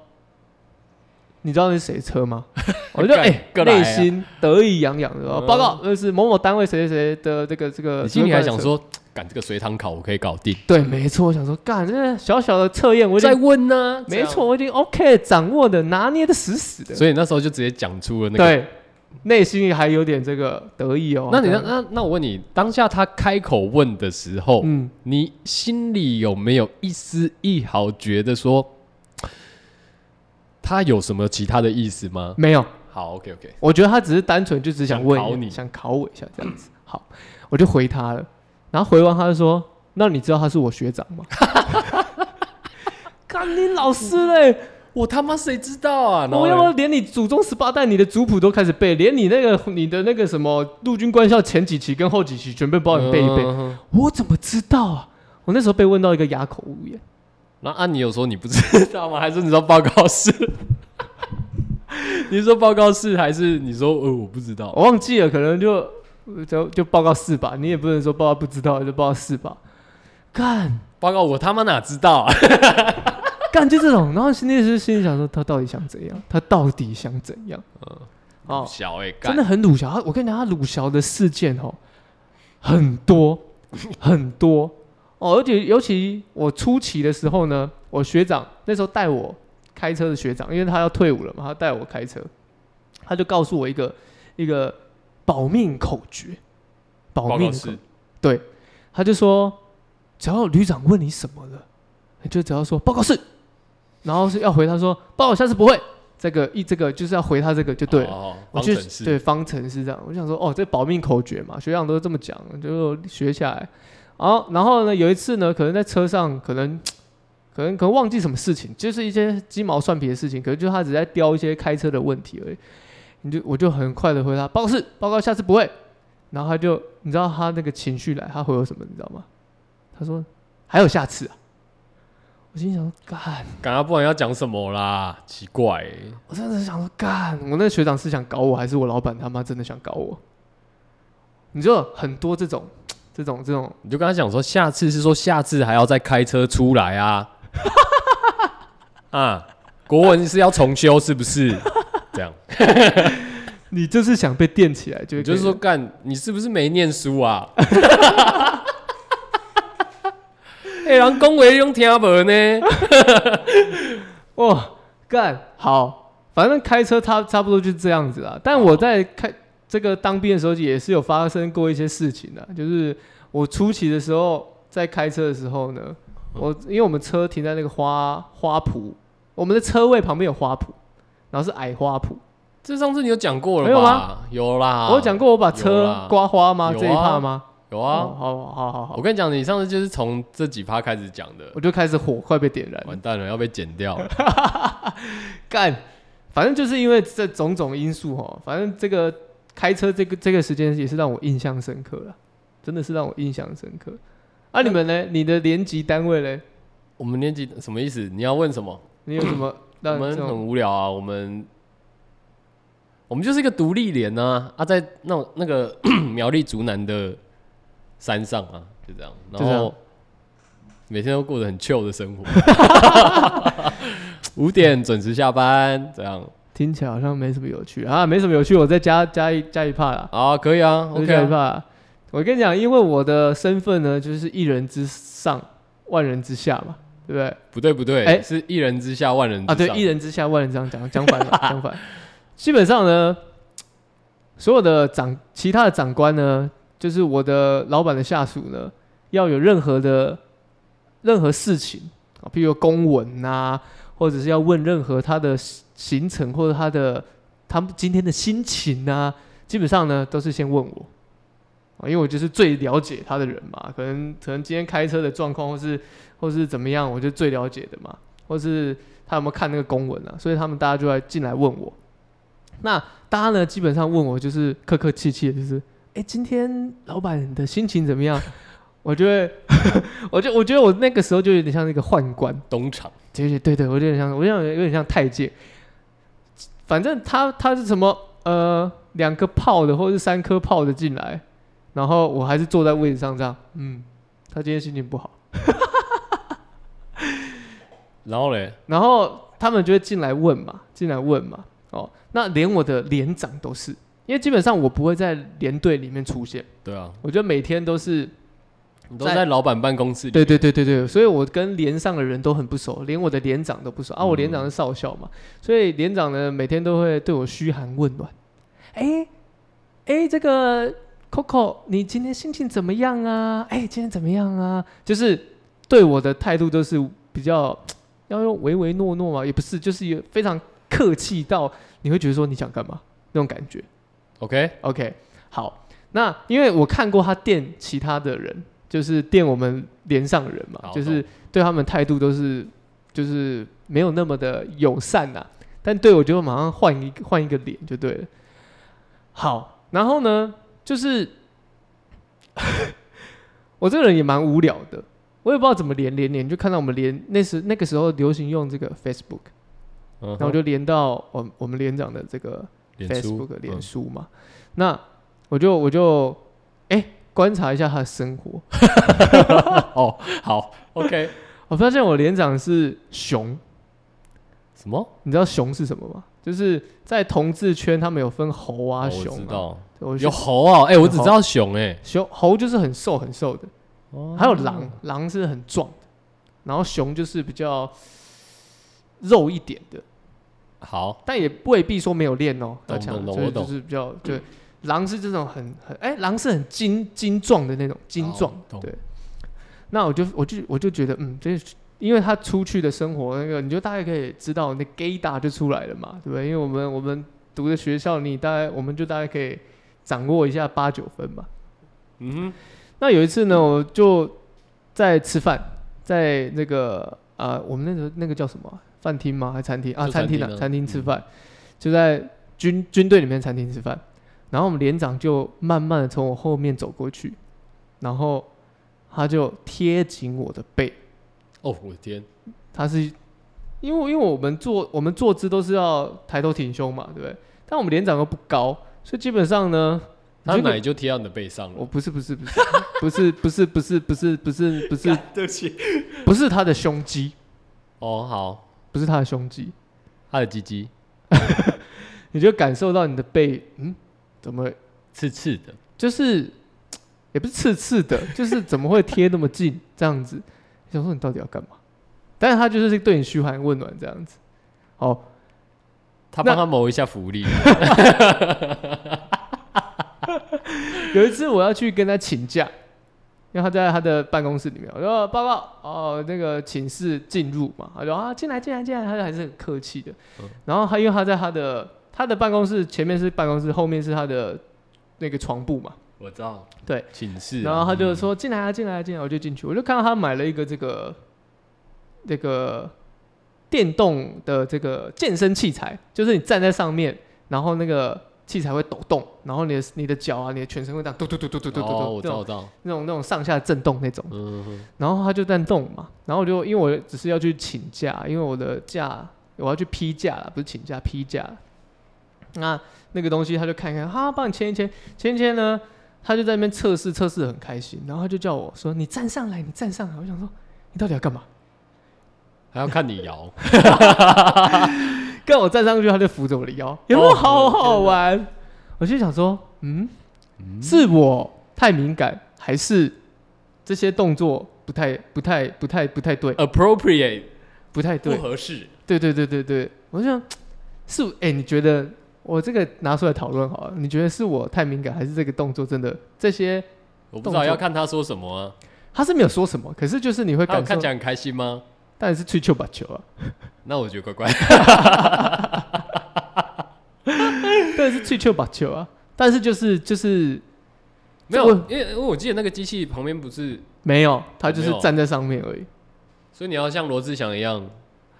Speaker 2: 你知道那是谁的车吗？” 我就
Speaker 1: 干
Speaker 2: 哎，
Speaker 1: 过来啊
Speaker 2: 内心得意洋洋的说，
Speaker 1: 嗯
Speaker 2: 报告，那是某某单位谁谁谁的这个这个。
Speaker 1: 你心里还
Speaker 2: 这个
Speaker 1: 想说，赶这个随堂考我可以搞定，
Speaker 2: 对，没错，我想说，干，这小小的测验，我已经
Speaker 1: 再问啊呢，
Speaker 2: 没错，我已经 OK 掌握的，拿捏的死死
Speaker 1: 这
Speaker 2: 的。
Speaker 1: 样，所以那时候就直接讲出了那个。
Speaker 2: 对，内心里还有点这个得意哦。
Speaker 1: 那你
Speaker 2: 这
Speaker 1: 那
Speaker 2: 样
Speaker 1: 那那我问你，当下他开口问的时候，
Speaker 2: 嗯，
Speaker 1: 你心里有没有一丝一毫觉得说他有什么其他的意思吗？
Speaker 2: 没有，
Speaker 1: 好，OK OK，
Speaker 2: 我觉得他只是单纯就只想问
Speaker 1: 想考你
Speaker 2: 想考我一下这样子。好，我就回他了，然后回完他就说：“那你知道他是我学长吗？” 干你老师嘞！
Speaker 1: 我他妈谁知道啊？然后
Speaker 2: 我要不要
Speaker 1: 嘞
Speaker 2: 连你祖宗十八代、你的族谱都开始背，连你那个你的那个什么陆军官校前几期跟后几期全部帮你背一背？
Speaker 1: 嗯嗯嗯
Speaker 2: 我怎么知道啊？我那时候被问到一个哑口无言。
Speaker 1: 那啊，你有说你不知道吗？还是你说报告室？你说报告室还是你说呃我不知道？
Speaker 2: 我忘记了，可能就就就报告四吧，你也不能说报告不知道，就报告四吧。干
Speaker 1: 报告我他妈哪知道啊？
Speaker 2: 干就这种，然后心里是心里想说，他到底想怎样？他到底想怎样？哦，
Speaker 1: 小哎、欸，嗯干
Speaker 2: 真的很鲁小。他我跟你讲，他鲁小的事件哦，很多很多哦，而且尤其我初期的时候呢，我学长那时候带我开车的学长，因为他要退伍了嘛，他带我开车，他就告诉我一个一个保命口诀，保
Speaker 1: 报
Speaker 2: 命
Speaker 1: 告
Speaker 2: 的口
Speaker 1: 室
Speaker 2: 对，他就说，只要旅长问你什么了，你就只要说报告是，然后是要回他说报告下次不会，这个一这个就是要回他这个就对了。
Speaker 1: 哦哦、
Speaker 2: 我
Speaker 1: 方
Speaker 2: 就
Speaker 1: 程式
Speaker 2: 对方程是这样，我想说哦，这保命口诀嘛，学长都是这么讲，就学下来。然后然后呢，有一次呢，可能在车上，可能可可能可能忘记什么事情，就是一些鸡毛蒜皮的事情，可能就他只在叼一些开车的问题而已。你就我就很快的回他报告是报告，下次不会。然后他就你知道他那个情绪来，他回我什么你知道吗？他说还有下次啊。我心想说干，
Speaker 1: 刚啊刚不然要讲什么啦？奇怪、欸，
Speaker 2: 我真的想说干，我那个学长是想搞我，还是我老板他妈真的想搞我？你就很多这种这种这种
Speaker 1: 你就跟他讲说，下次是说下次还要再开车出来啊。 啊，国文是要重修是不是？这样，
Speaker 2: 你就是想被电起来，就
Speaker 1: 你
Speaker 2: 会
Speaker 1: 就是说
Speaker 2: 可以
Speaker 1: 干，你是不是没念书 啊？哎、人恭维用听无呢？
Speaker 2: 哦干好，反正开车差差不多就这样子啦。但我在开这个当兵的时候，也是有发生过一些事情的，就是我初期的时候在开车的时候
Speaker 1: 嗯
Speaker 2: 呢，我因为我们车停在那个花花圃，我们的车位旁边有花圃，然后是矮花圃。
Speaker 1: 这上次你有讲过了吧？
Speaker 2: 没有吗？
Speaker 1: 有啦，
Speaker 2: 我有讲过我把
Speaker 1: 啊有
Speaker 2: 车
Speaker 1: 啦
Speaker 2: 刮花吗？
Speaker 1: 有啊
Speaker 2: 这一趴吗？
Speaker 1: 有
Speaker 2: 哦
Speaker 1: 啊。
Speaker 2: 好好好好
Speaker 1: 我，跟你讲，你上次就是从这几趴开始讲的
Speaker 2: 我，就开始火快被点燃了。
Speaker 1: 完蛋了，要被剪掉了。
Speaker 2: 干，反正就是因为这种种因素哦，反正这个开车这个这个时间也是让我印象深刻了，真的是让我印象深刻。啊，你们呢？你的连级单位嘞？
Speaker 1: 我们年纪什么意思？你要问什么？
Speaker 2: 你有 什么
Speaker 1: 我
Speaker 2: 让
Speaker 1: 们
Speaker 2: 这
Speaker 1: 很
Speaker 2: 种
Speaker 1: 无聊啊，我们我们就是一个独立连啊，啊，在那种那个 苗栗竹南的山上啊，就这样，然
Speaker 2: 就这样
Speaker 1: 后每天都过得很 chill 的生活， 五点准时下班，这样
Speaker 2: 听起来好像没什么有趣啊？没什么有趣，我再加加一加一帕啦，
Speaker 1: 啊，可以啊
Speaker 2: 我再
Speaker 1: ，OK
Speaker 2: 加一
Speaker 1: 啊
Speaker 2: 帕啦。我跟你讲，因为我的身份呢，就是一人之上，万人之下嘛，对不对？
Speaker 1: 不对不对，
Speaker 2: 哎
Speaker 1: 是一人之下万人
Speaker 2: 啊，
Speaker 1: 之
Speaker 2: 对，
Speaker 1: 上，
Speaker 2: 一人之下万人之上，讲讲 反了，讲反。基本上呢，所有的长其他的长官呢，就是我的老板的下属呢，要有任何的任何事情啊，比如公文呐、或者是要问任何他的行行程或者他的他们今天的心情呐、基本上呢都是先问我。啊，因为我就是最了解他的人嘛，可能可能今天开车的状况，或是或是怎么样，我就最了解的嘛，或是他有没有看那个公文啊？所以他们大家就来进来问我。那大家呢，基本上问我就是客客气气的，就是哎、诶今天老板的心情怎么样？ 我就会，我就我觉得我那个时候就有点像那个宦官，
Speaker 1: 东厂
Speaker 2: 对对对对，我有点像，我有点有点像太监。反正他他是什么呃，两颗炮的，或者是三颗炮的进来，然后我还是坐在位置上这样，嗯，他今天心情不好，
Speaker 1: 然后嘞，
Speaker 2: 然后他们就会进来问嘛，进来问嘛。哦，那连我的连长都是，因为基本上我不会在连队里面出现，
Speaker 1: 对啊，
Speaker 2: 我就每天都是，
Speaker 1: 你都
Speaker 2: 在
Speaker 1: 在老板办公室里，
Speaker 2: 对对对对对，所以我跟连上的人都很不熟，连我的连长都不熟啊。我连长是少校嘛，所以连长呢每天都会对我嘘寒问暖，哎哎，这个 Coco，你今天心情怎么样啊？哎，今天怎么样啊？就是对我的态度都是比较要用唯唯诺诺嘛，也不是，就是也非常客气到你会觉得说你想干嘛那种感觉。
Speaker 1: ，OK，
Speaker 2: OK，好，那因为我看过他电其他的人，就是电我们连上的人嘛
Speaker 1: 好，
Speaker 2: 就是对他们态度都是就是没有那么的友善呐、但对我就马上换一个换一个脸就对了。好，然后呢，就是 我这个人也蛮无聊的，我也不知道怎么连连连，就看到我们连那时那个时候流行用这个 Facebook，
Speaker 1: 然
Speaker 2: 然后我就连到我们我们连长的这个
Speaker 1: 嗯脸书
Speaker 2: Facebook 脸
Speaker 1: 嗯
Speaker 2: 书嘛。那我就我就哎、观察一下他的生活，
Speaker 1: 哦，好，OK，
Speaker 2: 我发现我连长是熊，
Speaker 1: 什么？
Speaker 2: 你知道熊是什么吗？就是在同志圈，他们有分猴啊、
Speaker 1: 哦我
Speaker 2: 熊
Speaker 1: 知
Speaker 2: 啊，
Speaker 1: 道，
Speaker 2: 对我
Speaker 1: 有猴哦，哎，我只
Speaker 2: 有猴
Speaker 1: 知道熊哎，
Speaker 2: 熊猴就是很瘦很瘦的，
Speaker 1: 哦
Speaker 2: 还有狼，狼是很壮的，然后熊就是比较肉一点的，
Speaker 1: 好，
Speaker 2: 但也未必说没有练哦，要
Speaker 1: 懂懂
Speaker 2: 讲就
Speaker 1: 懂
Speaker 2: 是
Speaker 1: 我
Speaker 2: 就
Speaker 1: 懂
Speaker 2: 是比较对，狼是这种很很哎、狼是很精精壮的那种精壮
Speaker 1: 哦，懂
Speaker 2: 对。那我就我就我就觉得嗯，这因为他出去的生活那个，你就大概可以知道那 gay 大就出来了嘛，对不对？因为我们我们读的学校，你大概我们就大概可以掌握一下八九分嘛。
Speaker 1: 嗯哼，
Speaker 2: 那有一次呢，我就在吃饭，在那个啊、我们那时候那个叫什么啊饭厅吗？还是餐厅啊？
Speaker 1: 就
Speaker 2: 餐
Speaker 1: 餐
Speaker 2: 厅
Speaker 1: 厅
Speaker 2: 啊，
Speaker 1: 啊
Speaker 2: 餐厅吃饭，就在军军队里面餐厅吃饭。然后我们连长就慢慢的从我后面走过去，然后他就贴紧我的背，
Speaker 1: 哦，我的天，
Speaker 2: 他是因为因为我们坐我们坐姿都是要抬头挺胸嘛，对不对？但我们连长又不高，所以基本上呢，
Speaker 1: 他
Speaker 2: 你就
Speaker 1: 奶就贴到你的背上
Speaker 2: 我
Speaker 1: 了。
Speaker 2: 不是不是 不是不是不是不是不是不是不是
Speaker 1: 对不起。
Speaker 2: 不是他的胸肌，
Speaker 1: 哦，好，
Speaker 2: 不是他的胸肌，
Speaker 1: 他的鸡鸡
Speaker 2: 你就感受到你的背，嗯，怎么
Speaker 1: 刺刺的，
Speaker 2: 就是嘖也不是刺刺的， 就是怎么会贴那么近这样子？想说你到底要干嘛？但是他就是对你嘘寒问暖这样子。哦，
Speaker 1: 他
Speaker 2: 那
Speaker 1: 帮他谋一下福利。
Speaker 2: 有一次我要去跟他请假，因为他在他的办公室里面，我说报告哦，那个寝室进入嘛，他说啊进来进来进来，他就还是很客气的。
Speaker 1: 嗯
Speaker 2: 然后他因为他在他的他的办公室前面是办公室，后面是他的那个床铺嘛，
Speaker 1: 我知道，
Speaker 2: 对，
Speaker 1: 寝室啊。
Speaker 2: 然后他就
Speaker 1: 嗯
Speaker 2: 说进来啊进来啊进来，我就进去，我就看到他买了一个这个这个电动的这个健身器材，就是你站在上面，然后那个。器材会抖动，然后你的你的脚啊，你的全身会这样嘟嘟嘟嘟嘟嘟嘟
Speaker 1: 哦，
Speaker 2: 嘟，
Speaker 1: 我
Speaker 2: 这
Speaker 1: 知
Speaker 2: 种
Speaker 1: 道，我知道。
Speaker 2: 那种那种上下震动那种，
Speaker 1: 嗯哼，
Speaker 2: 然后他就在动嘛，然后我就因为我只是要去请假，因为我的假我要去批假了，不是请假批假。那那个东西他就看一看，哈，帮你签一签，签一签呢，他就在那边测试测试得很开心，然后他就叫我说你站上来，你站上来，我想说你到底要干嘛？
Speaker 1: 还要看你摇。
Speaker 2: 跟我站上去，他就扶着我的腰，有没有
Speaker 1: 哦
Speaker 2: 好
Speaker 1: 我的天
Speaker 2: 好玩？我就想说，嗯，是我太敏感，还是这些动作不太不太不太不太对，
Speaker 1: appropriate
Speaker 2: 不太
Speaker 1: 不
Speaker 2: 对？
Speaker 1: 合适，
Speaker 2: 对对对对对，我就想是哎、你觉得我这个拿出来讨论好了？你觉得是我太敏感，还是这个动作真的这些？
Speaker 1: 我不知
Speaker 2: 动作
Speaker 1: 道要看他说什么啊。
Speaker 2: 他是没有说什么，可是就是你会
Speaker 1: 他有
Speaker 2: 感受
Speaker 1: 看起，来很开心吗？
Speaker 2: 当然是吹球把球 啊，
Speaker 1: 那我觉得乖乖。
Speaker 2: 当然是吹球把球啊，但是就是就是
Speaker 1: 没
Speaker 2: 这
Speaker 1: 有
Speaker 2: 个，
Speaker 1: 因为因为我记得那个机器旁边不是，
Speaker 2: 没有，他就是
Speaker 1: 没有
Speaker 2: 站在上面而已。
Speaker 1: 所以你要像罗志祥一样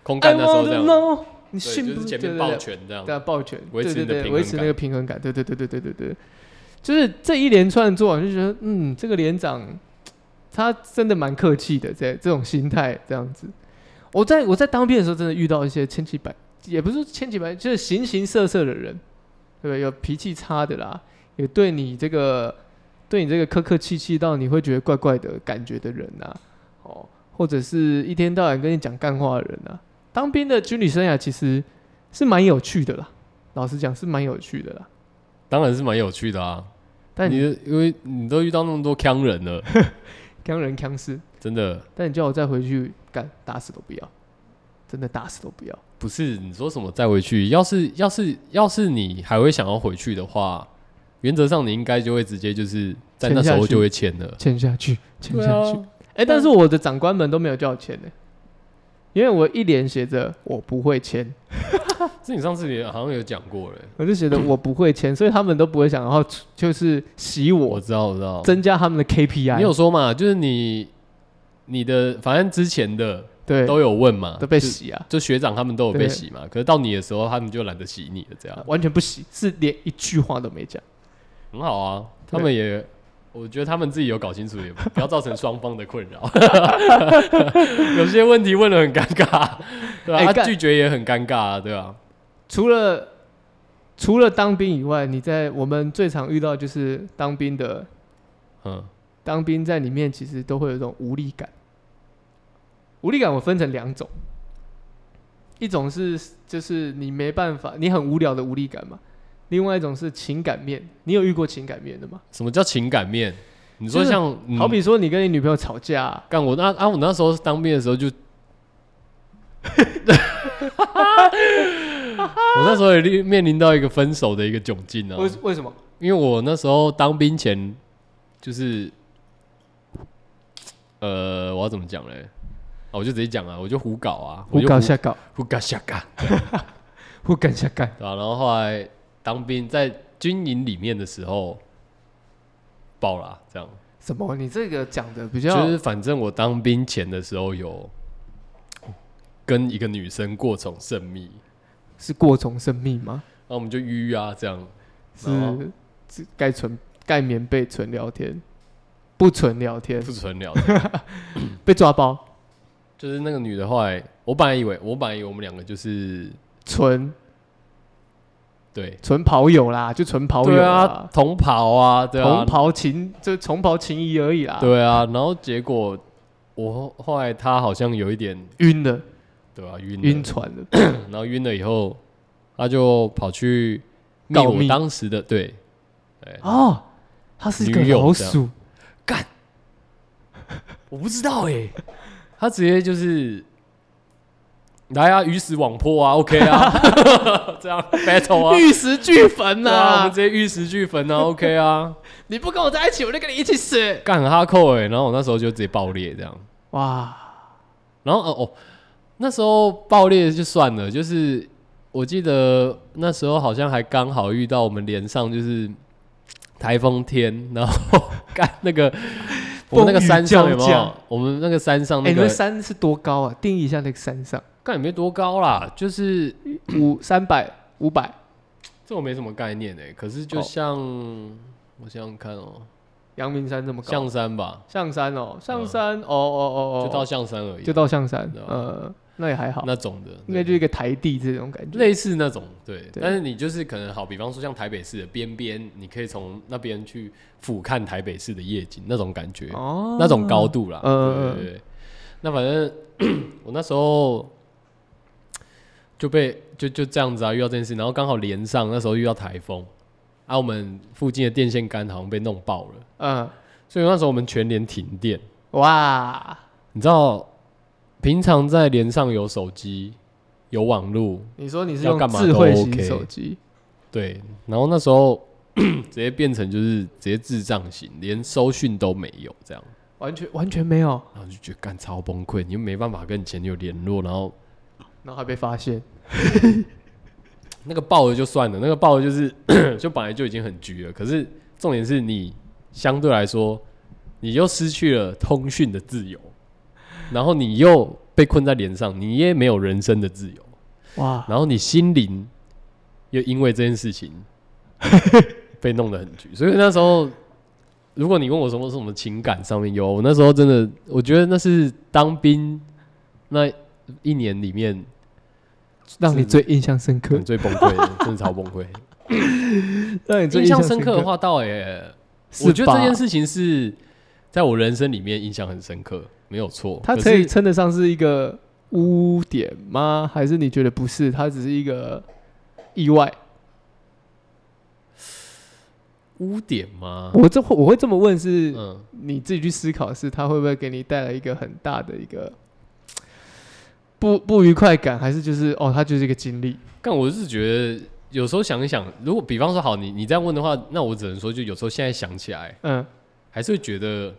Speaker 1: 空
Speaker 2: I
Speaker 1: 干那时候
Speaker 2: want
Speaker 1: 这
Speaker 2: to
Speaker 1: 样，
Speaker 2: know，你
Speaker 1: 对
Speaker 2: 信
Speaker 1: 就
Speaker 2: 不？
Speaker 1: 是
Speaker 2: 对
Speaker 1: 前
Speaker 2: 对
Speaker 1: 面抱
Speaker 2: 对，
Speaker 1: 拳这样。
Speaker 2: 对啊，抱拳，
Speaker 1: 维持
Speaker 2: 对
Speaker 1: 你的
Speaker 2: 对对，
Speaker 1: 平
Speaker 2: 维
Speaker 1: 衡
Speaker 2: 持那
Speaker 1: 感
Speaker 2: 个平衡感，对对对对对对对，就是这一连串做完就觉得，嗯，这个连长他真的蛮客气的，在这种心态这样子。我在我在当兵的时候，真的遇到一些千奇百，也不是说千奇百，就是形形色色的人，对不对？有脾气差的啦，有对你这个对你这个客客气气到你会觉得怪怪的感觉的人呐、哦，或者是一天到晚跟你讲干话的人呐、当兵的军旅生涯其实是蛮有趣的啦，老实讲是蛮有趣的啦。
Speaker 1: 当然是蛮有趣的啊。
Speaker 2: 但
Speaker 1: 你
Speaker 2: 你
Speaker 1: 的因为你都遇到那么多坑人了，
Speaker 2: 坑人坑事，
Speaker 1: 真的
Speaker 2: 但你叫我再回去干，打死都不要，真的打死都不要。
Speaker 1: 不是你说什么再回去。要是要是要是你还会想要回去的话，原则上你应该就会直接就是在
Speaker 2: 签
Speaker 1: 那时
Speaker 2: 下
Speaker 1: 候
Speaker 2: 去
Speaker 1: 就会签了。
Speaker 2: 签下去，签
Speaker 1: 对
Speaker 2: 下
Speaker 1: 啊
Speaker 2: 去。哎、但是我的长官们都没有叫我签呢、因为我一脸写着我不会签，
Speaker 1: 这你上次也好像有讲过了欸，
Speaker 2: 我就写着我不会签，所以他们都不会想要就是洗
Speaker 1: 我
Speaker 2: 我，
Speaker 1: 知道我知道。
Speaker 2: 增加他们的 KPI。
Speaker 1: 你有说嘛？就是你你的反正之前的
Speaker 2: 对
Speaker 1: 都有问嘛，
Speaker 2: 都被
Speaker 1: 就
Speaker 2: 洗啊，
Speaker 1: 就学长他们都有被
Speaker 2: 对
Speaker 1: 洗嘛，可是到你的时候，他们就懒得洗你了，这样
Speaker 2: 完全不洗，是连一句话都没讲。
Speaker 1: 很好啊。
Speaker 2: 对
Speaker 1: 他们也，我觉得他们自己有搞清楚，也 不要造成双方的困扰。 有些问题问的很尴尬，对吧、
Speaker 2: 哎
Speaker 1: 啊？
Speaker 2: 干
Speaker 1: 拒绝也很尴尬、啊，对吧、
Speaker 2: 除了除了当兵以外，你在我们最常遇到就是当兵的，
Speaker 1: 嗯，
Speaker 2: 当兵在里面其实都会有一种无力感。无力感我分成两种，一种是就是你没办法，你很无聊的无力感嘛；，另外一种是情感面。你有遇过情感面的吗？
Speaker 1: 什么叫情感面？你说
Speaker 2: 就是
Speaker 1: 像、嗯
Speaker 2: 好比说你跟你女朋友吵架、
Speaker 1: 干我那啊，我那时候当兵的时 候就， 我那时候也面面临到一个分手的一个窘境啊。
Speaker 2: 为为什么？
Speaker 1: 因为我那时候当兵前，就是，呃，我要怎么讲嘞？啊，我就直接讲啊，我就胡搞啊，我
Speaker 2: 胡
Speaker 1: 就
Speaker 2: 搞瞎搞，
Speaker 1: 胡搞瞎干，
Speaker 2: 胡干瞎干。
Speaker 1: 对吧、啊然后后来当兵在军营里面的时候，爆了、这样。
Speaker 2: 什么？你这个讲的比较
Speaker 1: 就是反正我当兵前的时候有，跟一个女生过从甚密，
Speaker 2: 是过从甚密吗？
Speaker 1: 然后我们就约啊这样，然后
Speaker 2: 是只该存盖棉被存聊天，不存聊天
Speaker 1: 不纯聊
Speaker 2: 被抓包，
Speaker 1: 就是那个女的后来，我本来以为我本来以为我们两个就是
Speaker 2: 存
Speaker 1: 对
Speaker 2: 存跑友啦，就存跑友
Speaker 1: 对
Speaker 2: 啦
Speaker 1: 啊，同袍啊，对啊
Speaker 2: 同，袍情就同袍情谊而已啦，
Speaker 1: 对啊，然后结果我后来她好像有一点
Speaker 2: 晕了
Speaker 1: 对啊晕了嗯
Speaker 2: 晕船了，
Speaker 1: 然后晕了以后，她就跑去密
Speaker 2: 告
Speaker 1: 我
Speaker 2: 密
Speaker 1: 当时的对
Speaker 2: 哦，他是一个
Speaker 1: 女友
Speaker 2: 老
Speaker 1: 这样
Speaker 2: 鼠，
Speaker 1: 干，我不知道哎、他直接就是来啊，鱼死网破啊，OK 啊，这样 battle 啊，
Speaker 2: 玉石俱焚
Speaker 1: 对啊，我
Speaker 2: 呐、
Speaker 1: 们直接玉石俱焚啊，OK 啊，
Speaker 2: 你不跟我在一起，我就跟你一起死！
Speaker 1: 干很哈扣哎、然后我那时候就直接爆裂这样，
Speaker 2: 哇，
Speaker 1: 然后哦哦，那时候爆裂就算了，就是我记得那时候好像还刚好遇到我们连上就是台风天，然后 干那个。我们那个
Speaker 2: 风雨
Speaker 1: 山上有没
Speaker 2: 交
Speaker 1: 有
Speaker 2: 加？
Speaker 1: 我们那个山上
Speaker 2: 哎、
Speaker 1: 那
Speaker 2: 你
Speaker 1: 个
Speaker 2: 们山是多高啊？定义一下那个山 上，
Speaker 1: 干也没多高啦，就是
Speaker 2: 五三百、五百，
Speaker 1: 这我没什么概念哎、可是就
Speaker 2: 哦
Speaker 1: 像、我想想看哦、
Speaker 2: 阳明山这么高，
Speaker 1: 象山吧，
Speaker 2: 象山哦，象山、哦哦哦哦，
Speaker 1: 就到象山而已，
Speaker 2: 就到象山
Speaker 1: 对，啊
Speaker 2: 呃，那也还好，
Speaker 1: 那种的，
Speaker 2: 应该就是一个台地这种感觉。
Speaker 1: 类似那种对。
Speaker 2: 对
Speaker 1: 但是你就是可能好，比方说像台北市的边边，你可以从那边去俯瞰台北市的夜景，那种感觉，
Speaker 2: 哦
Speaker 1: 那种高度啦。
Speaker 2: 嗯
Speaker 1: 对对对。那反正我那时候就被就就这样子啊，遇到这件事，然后刚好连上，那时候遇到台风，啊，我们附近的电线杆好像被弄爆了。
Speaker 2: 嗯，
Speaker 1: 所以那时候我们全连停电。
Speaker 2: 哇，
Speaker 1: 你知道，平常在连上有手机、有网络，
Speaker 2: 你说你是
Speaker 1: 要
Speaker 2: 用
Speaker 1: 干嘛
Speaker 2: 智
Speaker 1: 都
Speaker 2: 慧型
Speaker 1: OK
Speaker 2: 手机，
Speaker 1: 对。然后那时候 直接变成就是直接智障型，连收讯都没有这样，
Speaker 2: 完全完全没有，
Speaker 1: 然后就觉得干超崩溃，你又没办法跟你前女友联络，然后
Speaker 2: 然后还被发现，
Speaker 1: 那个爆了就算了，那个爆了就是 就本来就已经很局了，可是重点是你相对来说，你又失去了通讯的自由，然后你又被困在连上，你也没有人生的自由。
Speaker 2: 哇，
Speaker 1: 然后你心灵又因为这件事 情被弄得很局，所以那时候，如果你问我什么什么情感上面有，我那时候真的，我觉得那是当兵那一年里面
Speaker 2: 让你最印象深
Speaker 1: 可
Speaker 2: 刻
Speaker 1: 能，最崩溃的，真的超崩 溃。
Speaker 2: 让你最
Speaker 1: 印象深刻
Speaker 2: 刻
Speaker 1: 的，话，倒也，
Speaker 2: 嗯是
Speaker 1: 我觉得
Speaker 2: 吧
Speaker 1: 这件事情是在我人生里面印象很深刻，没有错。
Speaker 2: 它
Speaker 1: 可
Speaker 2: 可以
Speaker 1: 是
Speaker 2: 称得上是一个污点吗？还是你觉得不是？它只是一个意外？
Speaker 1: 污点吗？
Speaker 2: 我这会我会这么问是，
Speaker 1: 嗯，
Speaker 2: 你自己去思考是它会不会给你带来一个很大的一个不不愉快感，还是就是哦，它就是一个经历？
Speaker 1: 但我是觉得有时候想一想，如果比方说好，你你这样问的话，那我只能说，就有时候现在想起来，
Speaker 2: 嗯，
Speaker 1: 还是会觉得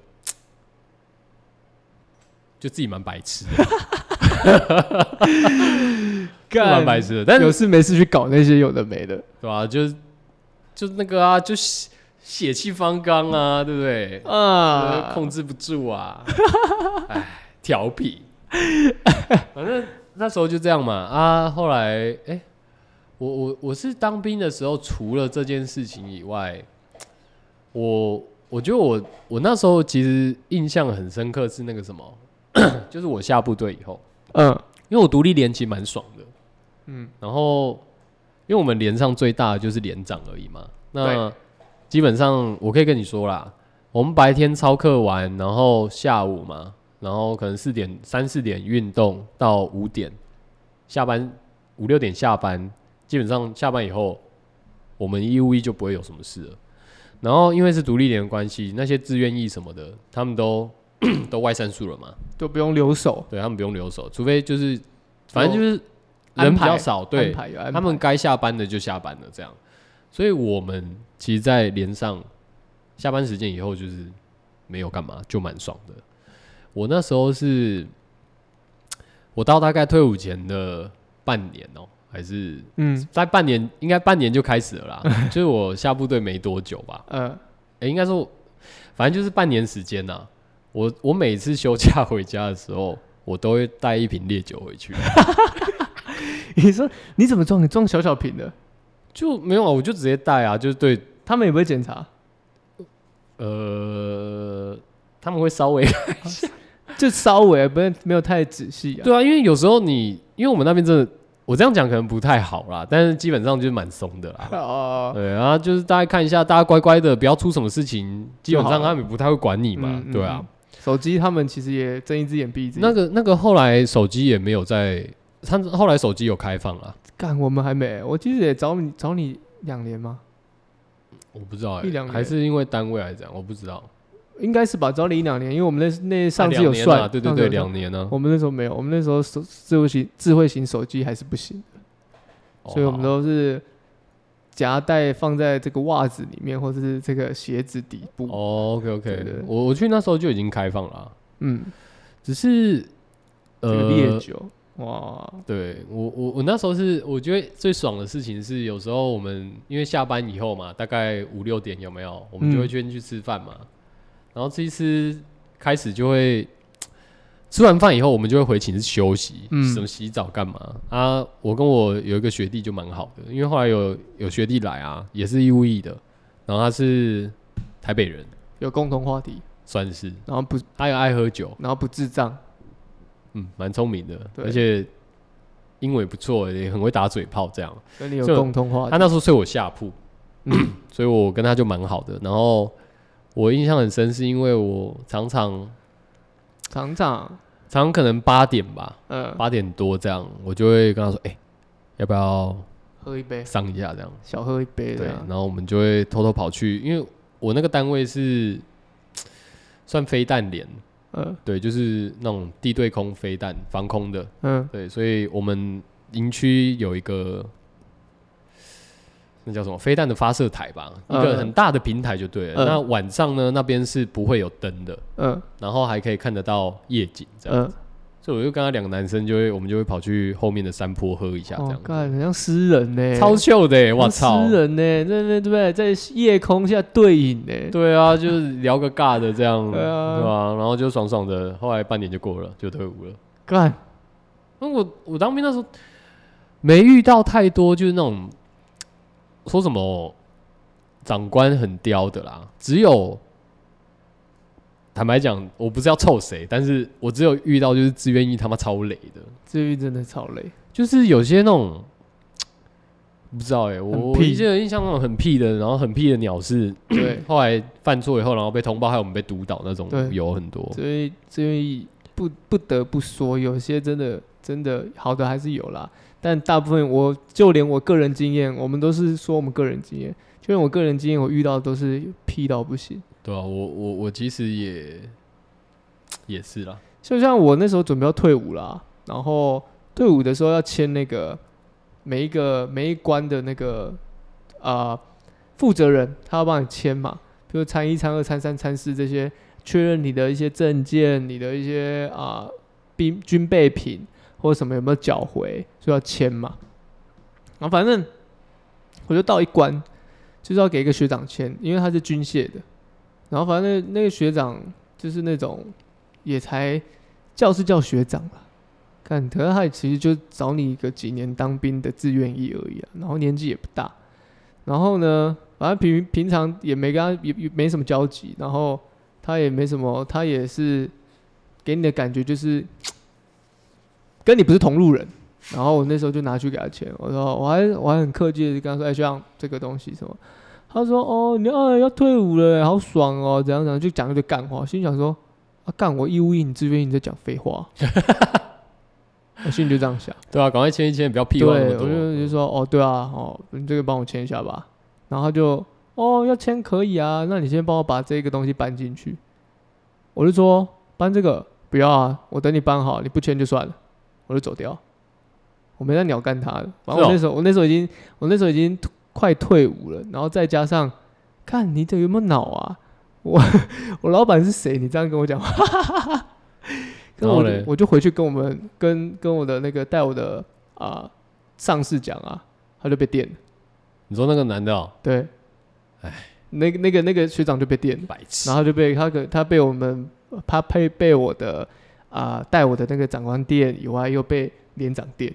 Speaker 1: 就自己蛮白痴的，
Speaker 2: 干
Speaker 1: 蛮白 痴的。但
Speaker 2: 有
Speaker 1: 是
Speaker 2: 事没事去搞那些有的没的
Speaker 1: 对吧、就是就那个啊，就血血气方刚啊，对不对？
Speaker 2: 啊，
Speaker 1: 呃控制不住啊，哎，调皮。反正那时候就这样嘛啊。后来，哎、我我我是当兵的时候，除了这件事情以外，我我觉得我我那时候其实印象很深刻是那个什么， 就是我下部队以后，
Speaker 2: 嗯
Speaker 1: 因为我独立连其实蛮爽的，
Speaker 2: 嗯
Speaker 1: 嗯，然后因为我们连上最大的就是连长而已嘛，那
Speaker 2: 对
Speaker 1: 基本上我可以跟你说啦，我们白天操课完，然后下午嘛，然后可能四点三四点运动到五点下班，五六点下班，基本上下班以后，我们义务役就不会有什么事了。然后因为是独立连的关系，那些志愿役什么的，他们都 都外散数了嘛，
Speaker 2: 都不用留手，
Speaker 1: 对他们不用留守，除非就是反正就是
Speaker 2: 有
Speaker 1: 人比
Speaker 2: 安
Speaker 1: 较
Speaker 2: 排
Speaker 1: 少，
Speaker 2: 安
Speaker 1: 对
Speaker 2: 排有安排
Speaker 1: 他们该下班的就下班了，这样。所以我们其实，在连上下班时间以后，就是没有干嘛，就蛮爽的。我那时候是，我到大概退伍前的半年哦、还是
Speaker 2: 嗯
Speaker 1: 在半年，应该半年就开始了啦， 就是我下部队没多久吧，
Speaker 2: 呃，
Speaker 1: 欸、应该说，反正就是半年时间呐、我我每次休假回家的时候，我都会带一瓶烈酒回去。
Speaker 2: 你说你怎么装？你装小小瓶的，
Speaker 1: 就没有啊，我就直接带啊，就是对，
Speaker 2: 他们也不会检查，
Speaker 1: 呃，他们会稍 微
Speaker 2: 就稍微不是没有太仔细啊。
Speaker 1: 对啊，因为有时候你，因为我们那边真的，我这样讲可能不太好啦，但是基本上就是蛮松的啦。
Speaker 2: 哦，
Speaker 1: 对啊，就是大家看一下，大家乖乖的，不要出什么事情，基本
Speaker 2: 就
Speaker 1: 上
Speaker 2: 好了
Speaker 1: 他们也不太会管你嘛。
Speaker 2: 嗯
Speaker 1: 对啊，，
Speaker 2: 手机他们其实也睁一只眼闭一只眼。
Speaker 1: 那个那个后来手机也没有在，他后来手机有开放啦，
Speaker 2: 干我们还没，我其实也找你找你两年吗？
Speaker 1: 我不知道哎、
Speaker 2: 一两年
Speaker 1: 还是因为单位来讲，我不知道。
Speaker 2: 应该是吧，找你一两年，因为我们那那上
Speaker 1: 啊
Speaker 2: 次有
Speaker 1: 两年
Speaker 2: 算，
Speaker 1: 啊对
Speaker 2: 上
Speaker 1: 对
Speaker 2: 次有
Speaker 1: 对，
Speaker 2: 算
Speaker 1: 两年呢、
Speaker 2: 我们那时候没有，我们那时候手智慧型智慧型手机还是不行，
Speaker 1: 哦
Speaker 2: 所以我们
Speaker 1: 好
Speaker 2: 都是夹带放在这个袜子里面，或者是这个鞋子底部。
Speaker 1: 哦，OK
Speaker 2: 对对
Speaker 1: OK，我我去那时候就已经开放了啊，
Speaker 2: 嗯，
Speaker 1: 只是
Speaker 2: 这
Speaker 1: 呃
Speaker 2: 个烈酒，哇，
Speaker 1: 对我我我那时候是我觉得最爽的事情是有时候我们因为下班以后嘛，大概五六点有没有，我们就会
Speaker 2: 嗯
Speaker 1: 先去吃饭嘛，然后吃一吃开始就会吃完饭以后，我们就会回寝室休息，
Speaker 2: 嗯
Speaker 1: 什么洗澡干嘛啊？我跟我有一个学弟就蛮好的，因为后来有有学弟来啊，也是义务役的，然后他是台北人，
Speaker 2: 有共同话题，
Speaker 1: 算是
Speaker 2: 然后不
Speaker 1: 他也爱喝酒，
Speaker 2: 然后不智障，
Speaker 1: 嗯，蛮聪明的，
Speaker 2: 对
Speaker 1: 而且英文也不错，也很会打嘴炮这样。
Speaker 2: 跟你有
Speaker 1: 就
Speaker 2: 共同话
Speaker 1: 他
Speaker 2: 题，
Speaker 1: 那时候睡我下铺， 所以我跟他就蛮好的。然后我印象很深，是因为我常常
Speaker 2: 厂长，
Speaker 1: 常常可能八点吧，
Speaker 2: 嗯，
Speaker 1: 八点多这样，我就会跟他说：“哎、要不要
Speaker 2: 喝一杯，
Speaker 1: 上一下？”这样
Speaker 2: 小喝一杯
Speaker 1: 对
Speaker 2: 这，样，
Speaker 1: 然后我们就会偷偷跑去，因为我那个单位是算飞弹连，
Speaker 2: 嗯
Speaker 1: 对，就是那种地对空飞弹防空的，
Speaker 2: 嗯，
Speaker 1: 对，所以我们营区有一个那叫什么飞弹的发射台吧，一个
Speaker 2: 嗯
Speaker 1: 很大的平台就对了。
Speaker 2: 嗯
Speaker 1: 那晚上呢，那边是不会有灯的，
Speaker 2: 嗯
Speaker 1: 然后还可以看得到夜景这样。
Speaker 2: 嗯，
Speaker 1: 所以我就跟他两个男生就会，我们就会跑去后面的山坡喝一下这
Speaker 2: 哦，
Speaker 1: 样子
Speaker 2: 干，很像诗人呢，
Speaker 1: 超秀的、欸，我
Speaker 2: 像
Speaker 1: 操！
Speaker 2: 诗人呢，在那对不对，在夜空下对饮呢，
Speaker 1: 对啊，就是聊个尬的这样，
Speaker 2: 对啊
Speaker 1: 对啊，然后就爽爽的，后来半年就过了，就退伍了。
Speaker 2: 干，
Speaker 1: 那我我当兵那时候没遇到太多，就是那种说什么长官很刁的啦。只有坦白讲，我不是要臭谁，但是我只有遇到就是自愿意他妈超累的，
Speaker 2: 这一真的超累。
Speaker 1: 就是有些那种不知道哎、我
Speaker 2: 很
Speaker 1: 我
Speaker 2: 屁
Speaker 1: 记得印象那种很屁的，然后很屁的鸟是
Speaker 2: 对，
Speaker 1: 后来犯错以后，然后被通报，还有我们被督导那种
Speaker 2: 对
Speaker 1: 有很多。
Speaker 2: 所以所以不不得不说，有些真的真的好的还是有啦，但大部分我就连我个人经验，我们都是说我们个人经验，就连我个人经验，我遇到都是屁到不行。
Speaker 1: 对啊，我我我其实也也是啦。
Speaker 2: 就像我那时候准备要退伍啦，然后退伍的时候要签那个每一个每一关的那个呃负责人，他要帮你签嘛，比如参一、参二、参三、参四这些，确认你的一些证件、你的一些啊、兵军备品或者什么有没有缴回，就要签嘛。然后反正我就到一关，就是要给一个学长签，因为他是军械的。然后反正那那个学长就是那种也才叫是叫学长啦，看，可是他其实就找你一个几年当兵的志愿役而已啊，然后年纪也不大，然后呢，反正平平常也没跟他也也没什么交集，然后他也没什么，他也是给你的感觉就是跟你不是同路人。然后我那时候就拿去给他钱，我说我还我还很客气的跟他说，哎，学长这个东西什么，他说哦你啊要退伍了，好爽哦，怎样怎样，就讲一堆干话，心想说啊干我义务役，你志愿役你在讲废 话，我心里就这样想。
Speaker 1: 对啊，赶快签一签，不要屁
Speaker 2: 对，
Speaker 1: 话
Speaker 2: 我
Speaker 1: 那么多。嗯
Speaker 2: 就就说哦，对啊，哦，你这个帮我签一下吧。然后他就哦，要签可以啊，那你先帮我把这个东西搬进去。我就说搬这个不要啊，我等你搬好，你不签就算了，我就走掉。我没在鸟干他的，反正
Speaker 1: 是哦
Speaker 2: 我那时候、我那时候已经我那时候已经快退伍了，然后再加上看你这有没有脑啊？ 我我老板是谁？你这样跟我讲话， 跟
Speaker 1: 然后
Speaker 2: 我就
Speaker 1: 嘞
Speaker 2: 我就回去跟我们跟跟我的那个带我的啊、上司讲啊，他就被电了。
Speaker 1: 你说那个男的、哦，
Speaker 2: 对，那个那个那个学长就被电了，
Speaker 1: 白痴
Speaker 2: 然，后就被他个他被我们他被被我的啊、带我的那个长官电以外，又被连长电。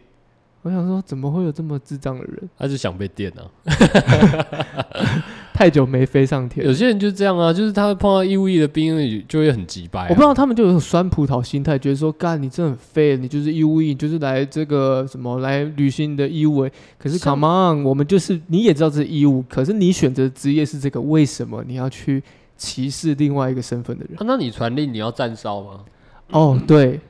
Speaker 2: 我想说，怎么会有这么智障的人？
Speaker 1: 他就想被电啊。
Speaker 2: 太久没飞上天
Speaker 1: 有，些人就这样啊，就是他碰到义务役的兵，就会很急掰、啊。
Speaker 2: 我不知道他们就有一种酸葡萄心态，觉得说干你真的很废，你就是义务役，你就是来这个什么来履行你的义务欸。可是
Speaker 1: 像
Speaker 2: come on，我们就是你也知道这是义务，可是你选择职业是这个，为什么你要去歧视另外一个身份的人
Speaker 1: 啊、？那你传令你要站哨吗？呃
Speaker 2: 哦，对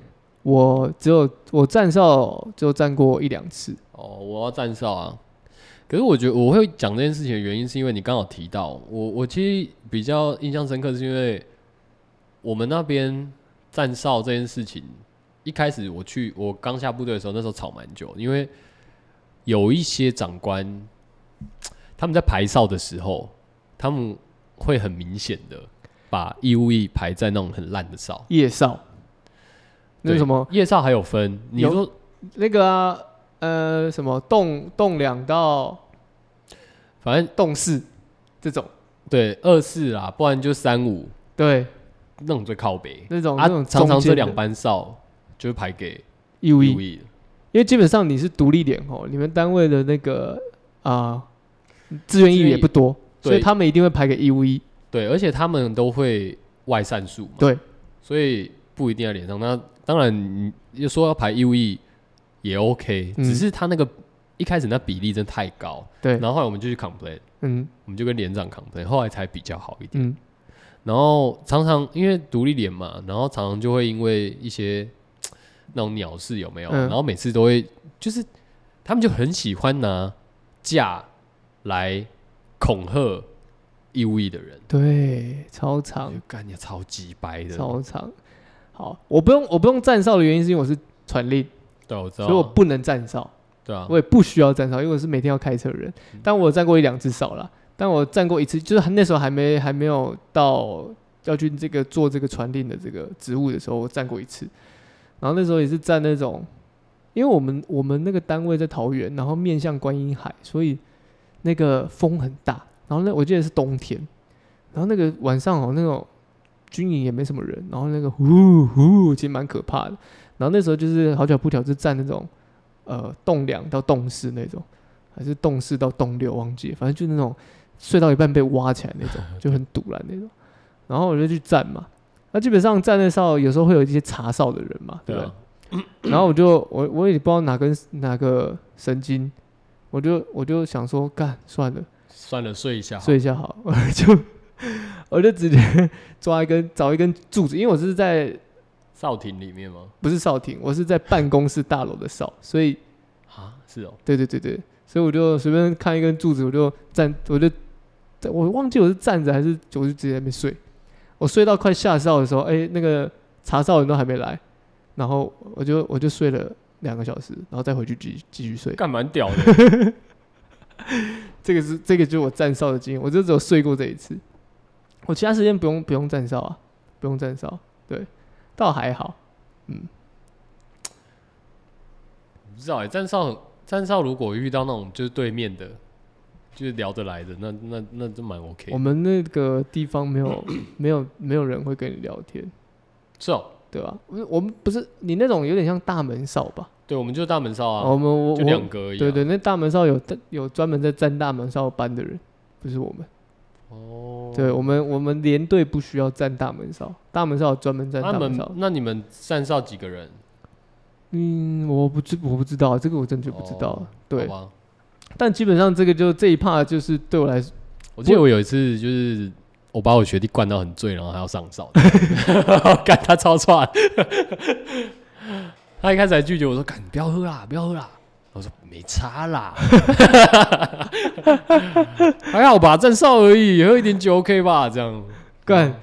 Speaker 2: 我只有我站哨就站过一两次，
Speaker 1: 哦，我要站哨啊。可是我觉得我会讲这件事情的原因，是因为你刚好提到我，我其实比较印象深刻，是因为我们那边站哨这件事情，一开始我去我刚下部队的时候，那时候吵蛮久，因为有一些长官他们在排哨的时候，他们会很明显的把义务役排在那种很烂的哨。
Speaker 2: 夜哨，那
Speaker 1: 对
Speaker 2: 什么
Speaker 1: 夜哨还有分，你
Speaker 2: 有
Speaker 1: 说
Speaker 2: 那个啊，呃什么动动两到
Speaker 1: 反正
Speaker 2: 动四这种，
Speaker 1: 对二四啦，不然就三五
Speaker 2: 对
Speaker 1: 那种最靠北。
Speaker 2: 那种、
Speaker 1: 啊
Speaker 2: 那种，
Speaker 1: 常常
Speaker 2: 中间
Speaker 1: 这
Speaker 2: 的
Speaker 1: 两班哨就是排给
Speaker 2: 义务役
Speaker 1: U E
Speaker 2: 因为基本上你是独立点哦，你们单位的那个啊、志愿役也不多，
Speaker 1: 对
Speaker 2: 所以他们一定会排给义务役。
Speaker 1: 对，而且他们都会外散数嘛，
Speaker 2: 对，
Speaker 1: 所以不一定要连上。那当然，你就说要排义务役也 OK，、
Speaker 2: 嗯
Speaker 1: 只是他那个一开始那比例真的太高，
Speaker 2: 对
Speaker 1: 然，后后来我们就去 complain，
Speaker 2: 嗯
Speaker 1: 我们就跟连长 complain，后来才比较好一点。
Speaker 2: 嗯，
Speaker 1: 然后常常因为独立连嘛，然后常常就会因为一些那种鸟事有没有？
Speaker 2: 嗯
Speaker 1: 然后每次都会就是他们就很喜欢拿架来恐吓义务役的人，
Speaker 2: 对，超长
Speaker 1: 就干你超级白的，
Speaker 2: 超长。好，我不用我不用站哨的原因是因为我是传令，
Speaker 1: 对啊，我知道
Speaker 2: 所以我
Speaker 1: 啊，
Speaker 2: 不能站哨，
Speaker 1: 对啊，
Speaker 2: 我也不需要站哨，因为我是每天要开车的人。但我有站过一两次哨啦，但我站过一次，就是那时候还没还没有到要去这个做这个传令的这个职务的时候，我站过一次。然后那时候也是站那种，因为我们我们那个单位在桃园，然后面向观音海，所以那个风很大。然后那我记得是冬天，然后那个晚上哦，那种军营也没什么人，然后那个呼呼，其实蛮可怕的。然后那时候就是好巧不巧，就站那种呃栋梁到栋四那种，还是栋四到栋六忘记了，反正就那种睡到一半被挖起来那 种，就很堵然那种。然后我就去站嘛，那基本上站那哨有时候会有一些查哨的人嘛，对
Speaker 1: 对
Speaker 2: 吧？
Speaker 1: 啊，
Speaker 2: 然后我就我我也不知道哪根哪个神经，我就我就想说干算了，
Speaker 1: 算了，睡一下好，
Speaker 2: 睡一下好， 我就我就直接 抓一根找一根柱子，因为我是在
Speaker 1: 哨亭里面吗？
Speaker 2: 不是哨亭，我是在办公室大楼的哨，所以
Speaker 1: 啊，是哦，
Speaker 2: 对对对对，所以我就随便看一根柱子，我就站，我就我忘记我是站着还是我就直接在那边睡，我睡到快下哨的时候，哎、那个查哨人都还没来，然后我就我就睡了两个小时，然后再回去继续继续睡。
Speaker 1: 干蛮屌的，
Speaker 2: 这个是这个就是我站哨的经验，我就只有睡过这一次，我其他时间不用不用站哨啊，不用站哨，对，倒还好。
Speaker 1: 不知道哎、站哨站哨如果遇到那种就是对面的，就是聊得来的，那那那就蛮 OK
Speaker 2: 我
Speaker 1: 的，
Speaker 2: 们那个地方没有 没有没有人会跟你聊天，
Speaker 1: 是哦，
Speaker 2: 对吧？我们我们不是你那种有点像大门哨吧？
Speaker 1: 对，我们就是大门哨啊，
Speaker 2: 我们我
Speaker 1: 就两
Speaker 2: 我
Speaker 1: 个而已、啊，
Speaker 2: 对对，那大门哨有有专门在站大门哨班的人，不是我们。
Speaker 1: 哦，
Speaker 2: 对我们我们连队不需要站大门哨，大门哨有专门站
Speaker 1: 那
Speaker 2: 大
Speaker 1: 你
Speaker 2: 门哨
Speaker 1: 们。那你们站哨几个人？
Speaker 2: 嗯，我不知我不知道这个我真的就不知道。
Speaker 1: 哦
Speaker 2: 对，
Speaker 1: 好吧。
Speaker 2: 但基本上这个就这一趴就是对我来说，
Speaker 1: 我记得我有一次就是我把我学弟灌到很醉，然后还要上哨， 干他超串。 他一开始还拒绝我说：“干，你不要喝啦，不要喝啦。”我说：“没差啦， 还好吧，站哨而已，喝一点酒 OK 吧？”这样嗯
Speaker 2: 干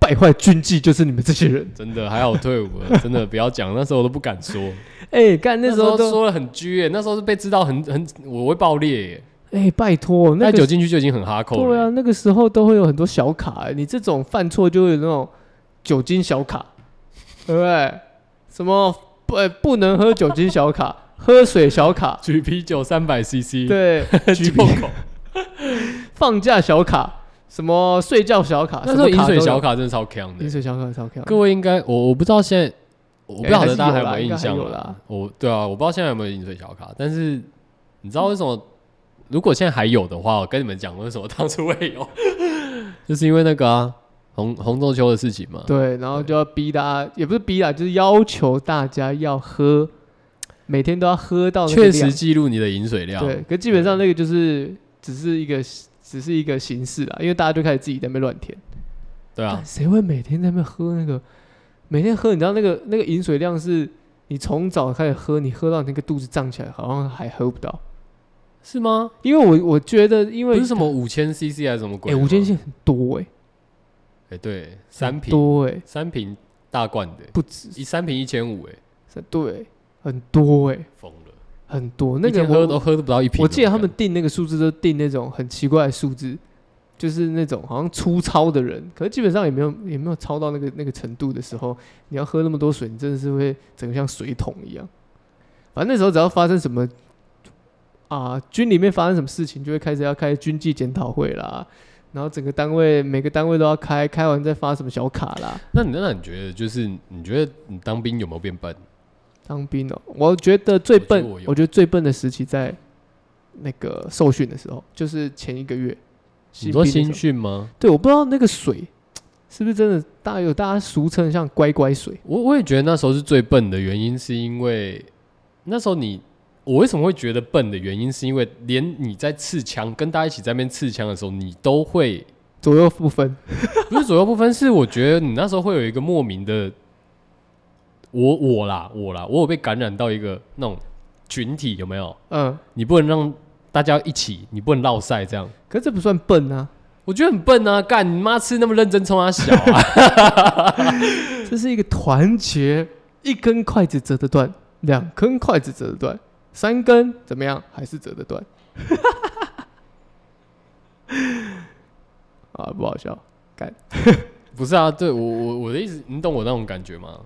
Speaker 2: 败坏军纪就是你们这些人。
Speaker 1: 真的还好退伍了， 真的不要讲，那时候我都不敢说。
Speaker 2: 哎，干那
Speaker 1: 那
Speaker 2: 时
Speaker 1: 时
Speaker 2: 候
Speaker 1: 候
Speaker 2: 都
Speaker 1: 说了很拘、欸，那时候是被知道很很我会爆裂、欸，
Speaker 2: 哎，拜托那
Speaker 1: 带酒
Speaker 2: 个
Speaker 1: 进去就已经很哈扣了、
Speaker 2: 对啊，那个时候都会有很多小卡，哎你这种犯错就会有那种酒精小卡，对不对？什么不呃不能喝酒精小卡， 喝水小 卡，
Speaker 1: 举啤酒三百 CC，，
Speaker 2: 对，啊
Speaker 1: 举
Speaker 2: 举
Speaker 1: 破
Speaker 2: 例
Speaker 1: 口。
Speaker 2: 放假小卡，什么睡觉小卡，
Speaker 1: 那时候啊
Speaker 2: 什
Speaker 1: 饮
Speaker 2: 么
Speaker 1: 水
Speaker 2: 都有嗯
Speaker 1: 小，卡真的超强
Speaker 2: 饮
Speaker 1: 的，
Speaker 2: 水小卡超强。
Speaker 1: 各位应该我我不知道现在我不知道
Speaker 2: 哎还是
Speaker 1: 大家有
Speaker 2: 有啦
Speaker 1: 没有
Speaker 2: 应该
Speaker 1: 印
Speaker 2: 还
Speaker 1: 象
Speaker 2: 有
Speaker 1: 啊
Speaker 2: 啦
Speaker 1: 我对啊，我不知道现在有没有饮水小卡，但是你知道为什么？如果现在还有的话，我跟你们讲为什么当初会有， 就是因为那个啊，红红中秋的事情嘛。
Speaker 2: 对，然后就要逼大家，也不是逼啦，就是要求大家要喝，每天都要喝到那个
Speaker 1: 确实
Speaker 2: 量
Speaker 1: 记录你的饮水量。
Speaker 2: 对，可基本上那个就是只是一个只是一个形式啦，因为大家就开始自己在那边乱填，
Speaker 1: 对啊
Speaker 2: 干，谁会每天在那边喝那个？每天喝，你知道那个那个饮水量是，你从早开始喝，你喝到那个肚子胀起来，好像还喝不到。
Speaker 1: 是吗？
Speaker 2: 因为我我觉得，因
Speaker 1: 不
Speaker 2: 为
Speaker 1: 是什么五千 CC 还是什么鬼
Speaker 2: 哎，
Speaker 1: 的吗？
Speaker 2: 五间线很多哎、
Speaker 1: 哎，对，三
Speaker 2: 很
Speaker 1: 瓶
Speaker 2: 多哎、
Speaker 1: 三瓶大罐的，
Speaker 2: 不止，
Speaker 1: 一三瓶一千五，哎，
Speaker 2: 是对，很多哎、
Speaker 1: 疯了，
Speaker 2: 很多。那个
Speaker 1: 一天喝
Speaker 2: 我
Speaker 1: 都喝不到一瓶。
Speaker 2: 我记得他们
Speaker 1: 干
Speaker 2: 定那个数字都定那种很奇怪的数字，就是那种好像粗糙的人，可是基本上也没有也没有超到那个那个程度的时候，你要喝那么多水，你真的是会整个像水桶一样。反正那时候只要发生什么啊、军里面发生什么事情，就会开始要开军纪检讨会啦，然后整个单位每个单位都要开，开完再发什么小卡啦。
Speaker 1: 那你那你觉得就是你觉得你当兵有没有变笨？
Speaker 2: 当兵哦、我觉得最笨，
Speaker 1: 我觉得
Speaker 2: 我
Speaker 1: 我有
Speaker 2: 觉得最笨的时期在那个受训的时候，就是前一个月。
Speaker 1: 你说
Speaker 2: 兵的时
Speaker 1: 新
Speaker 2: 候
Speaker 1: 训吗？
Speaker 2: 对，我不知道那个水是不是真的大家有大家俗称像乖乖水，
Speaker 1: 我我也觉得那时候是最笨的原因，是因为那时候你我为什么会觉得笨的原因，是因为连你在刺枪跟大家一起在那边刺枪的时候，你都会
Speaker 2: 左右不分。
Speaker 1: 不是左右不分，是我觉得你那时候会有一个莫名的，我我啦我啦，我有被感染到一个那种群体有没有？
Speaker 2: 嗯，
Speaker 1: 你不能让大家一起，你不能落赛这样。
Speaker 2: 可是这不算笨啊，
Speaker 1: 我觉得很笨啊！干你妈吃那么认真冲他小 啊！
Speaker 2: 这是一个团结，一根筷子折得断，两根筷子折得断，三根怎么样还是折得断。 啊，不好笑。
Speaker 1: 不是啊，对我我我的意思，你懂我那种感觉吗？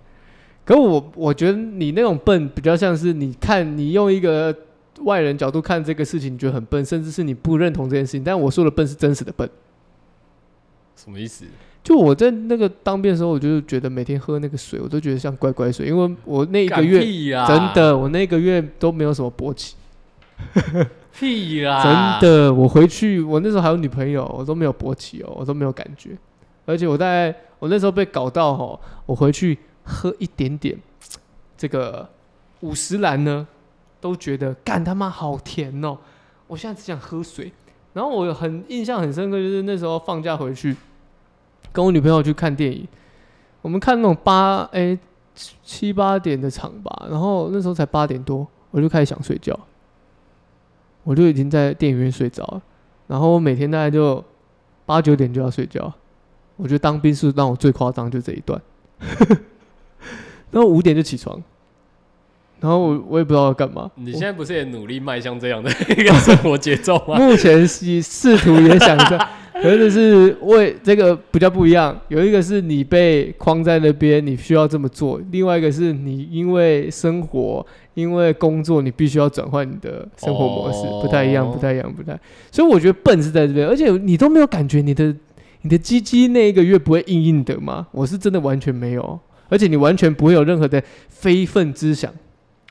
Speaker 2: 可我我觉得你那种笨比较像是你看你用一个外人角度看这个事情，你觉得很笨，甚至是你不认同这件事情。但我说的笨是真实的笨。
Speaker 1: 什么意思？
Speaker 2: 就我在那个当兵的时候，我就觉得每天喝那个水，我都觉得像乖乖水，因为我那一个
Speaker 1: 干
Speaker 2: 月
Speaker 1: 屁啊啦，
Speaker 2: 真的，我那一个月都没有什么勃起，
Speaker 1: 屁啊
Speaker 2: 真
Speaker 1: 啦，。
Speaker 2: 的，我回去，我那时候还有女朋友，我都没有勃起哦，我都没有感觉，而且我在我那时候被搞到吼，我回去喝一点点，这个五十兰呢，都觉得干他妈好甜哦，我现在只想喝水。然后我很印象很深刻，就是那时候放假回去，跟我女朋友去看电影，我们看那种八哎七七八点的场吧，然后那时候才八点多，我就开始想睡觉，我就已经在电影院睡着了。然后我每天大概就八九点就要睡觉，我觉得当兵是让我最夸张就这一段， 然后五点就起床，然后我我也不知道要干嘛。
Speaker 1: 你
Speaker 2: 我
Speaker 1: 现在不是也努力迈向这样的 一个生活节奏吗？
Speaker 2: 目前是试图也想 这样，可是是为这个比较不一样。有一个是你被框在那边，你需要这么做；另外一个是你因为生活、因为工作，你必须要转换你的生活模式，
Speaker 1: 哦
Speaker 2: 不太一样，不太一样，不太。所以我觉得笨是在这边，而且你都没有感觉你的你的鸡鸡那一个月不会硬硬的吗？我是真的完全没有，而且你完全不会有任何的非分之想。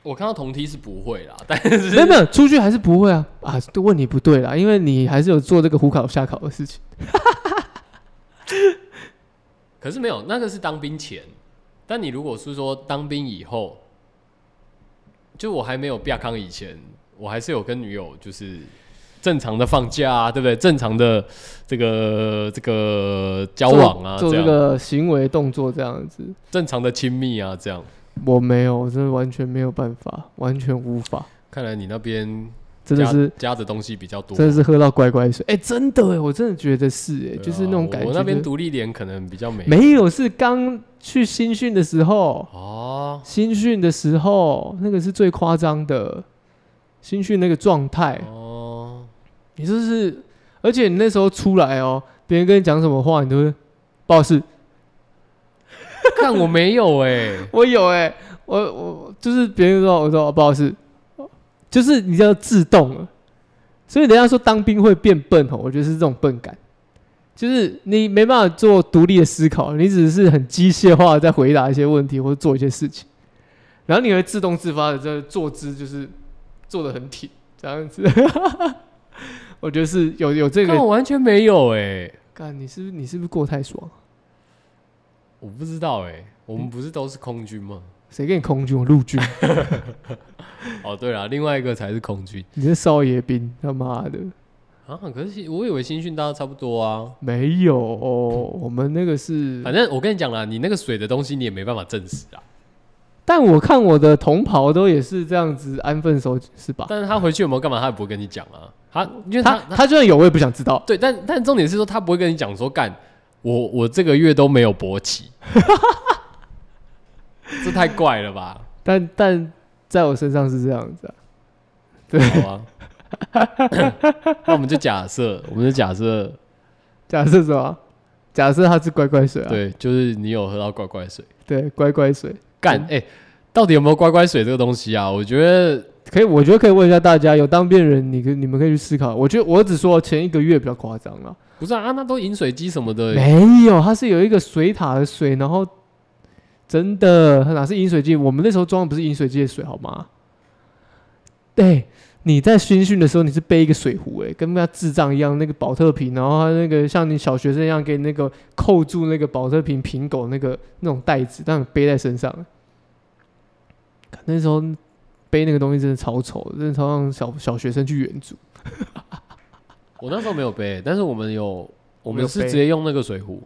Speaker 1: 我看到同梯是不会啦， 但是
Speaker 2: 没有没有，出去还是不会啊啊！都问你不对啦，因为你还是有做这个虎考下考的事情。
Speaker 1: 可是没有，那个是当兵前。但你如果是说当兵以后，就我还没有亚康以前，我还是有跟女友就是正常的放假啊，对不对？正常的这个这个交往啊，
Speaker 2: 做
Speaker 1: 这
Speaker 2: 做这
Speaker 1: 样
Speaker 2: 个行为动作这样子，
Speaker 1: 正常的亲密啊，这样。
Speaker 2: 我没有，我真的完全没有办法，完全无法，
Speaker 1: 看来你那边
Speaker 2: 真的是
Speaker 1: 加加的东西比较多，
Speaker 2: 真的是喝到乖乖水。哎、真的哎，我真的觉得是哎、
Speaker 1: 对啊
Speaker 2: 就是那种感觉。
Speaker 1: 我我那边独立脸可能比较没
Speaker 2: 没有是刚去新训的时候，
Speaker 1: 哦
Speaker 2: 新训的时候那个是最夸张的，新训那个状态，
Speaker 1: 哦，
Speaker 2: 你就是，而且你那时候出来哦，别人跟你讲什么话，你都会不好意思，
Speaker 1: 看我没有哎、
Speaker 2: 我有哎、我我就是别人说，我说、哦不好意思，就是你要自动了。所以人家说当兵会变笨哦，我觉得是这种笨感，就是你没办法做独立的思考，你只是很机械化的在回答一些问题或者做一些事情。然后你会自动自发的这个坐姿就是坐得很挺，这样子。 我觉得是有有这
Speaker 1: 这
Speaker 2: 个
Speaker 1: 我，完全没有哎、
Speaker 2: 干你是不是你是不是过太爽？
Speaker 1: 我不知道哎、我们不是都是空军吗？
Speaker 2: 谁给你空军？我陆军，
Speaker 1: 哦，对了，另外一个才是空军
Speaker 2: 你是少爷兵，他妈的
Speaker 1: 啊。可是我以为新训大家差不多啊。
Speaker 2: 没 有哦，我们那个是
Speaker 1: 反正我跟你讲啦，你那个水的东西你也没办法证实啊。
Speaker 2: 但我看我的同袍都也是这样子安分守己，是吧？
Speaker 1: 但是他回去有没有干嘛，他也不会跟你讲啊。他因为
Speaker 2: 他
Speaker 1: 他
Speaker 2: 他就算有，我也不想知道。
Speaker 1: 对，但但重点是说他不会跟你讲说干，我我这个月都没有勃起， 这太怪了吧？
Speaker 2: 但但在我身上是这样子啊，
Speaker 1: 好吧， 那我们就假设，我们就假设，
Speaker 2: 假设什么？假设他是乖乖水啊，
Speaker 1: 对，就是你有喝到乖乖水，
Speaker 2: 对，乖乖水。
Speaker 1: 干哎、到底有没有乖乖水这个东西啊？我觉得
Speaker 2: 可以，我觉得可以问一下大家，有当兵人，你可你们可以去思考。我觉得我只说前一个月比较夸张了，
Speaker 1: 不是啊，啊那都饮水机什么的，
Speaker 2: 没有，它是有一个水塔的水，然后真的它哪是饮水机？我们那时候装的不是饮水机的水，好吗？对，你在军训的时候你是背一个水壶，哎，跟那智障一样，那个保特瓶，然后它那个像你小学生一样给你那个扣住那个保特瓶瓶狗那个那种袋子，让你背在身上。看那时候背那个东西真的超丑的，真的超像小小学生去远足。
Speaker 1: 我那时候没有背，但是我们有，我
Speaker 2: 有
Speaker 1: 们是
Speaker 2: 背嗯
Speaker 1: 直接用那个水壶，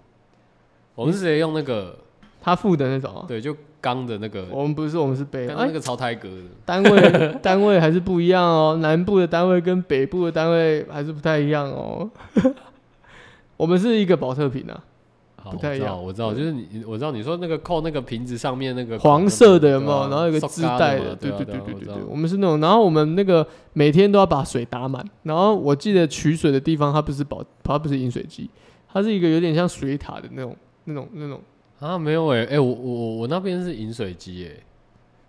Speaker 1: 我们是直接用那个，
Speaker 2: 他付的那种啊，
Speaker 1: 对，就钢的那个，
Speaker 2: 我们不是，我们是背。
Speaker 1: 刚
Speaker 2: 哦哎
Speaker 1: 那，个超胎哥的。
Speaker 2: 单位 单位还是不一样哦，南部的单位跟北部的单位还是不太一样哦。 我们是一个保特瓶啊，
Speaker 1: 好
Speaker 2: 不太一样
Speaker 1: 我知道，我知道，就是你，我知道你说那个扣那个瓶子上面那个
Speaker 2: 黄色的有没
Speaker 1: 对
Speaker 2: 有？
Speaker 1: 啊
Speaker 2: 然后有个
Speaker 1: 塑
Speaker 2: 织
Speaker 1: 胶
Speaker 2: 带
Speaker 1: 的嘛，
Speaker 2: 对
Speaker 1: 啊对
Speaker 2: 对对
Speaker 1: 啊
Speaker 2: 对
Speaker 1: 我
Speaker 2: 对
Speaker 1: 知
Speaker 2: 对
Speaker 1: 道，
Speaker 2: 我们是那种。然后我们那个每天都要把水打满，然后我记得取水的地方它不是保，它不是饮水机，它是一个有点像水塔的那种那种那种，
Speaker 1: 啊，没有哎、欸，哎、我我我我那边是饮水机哎、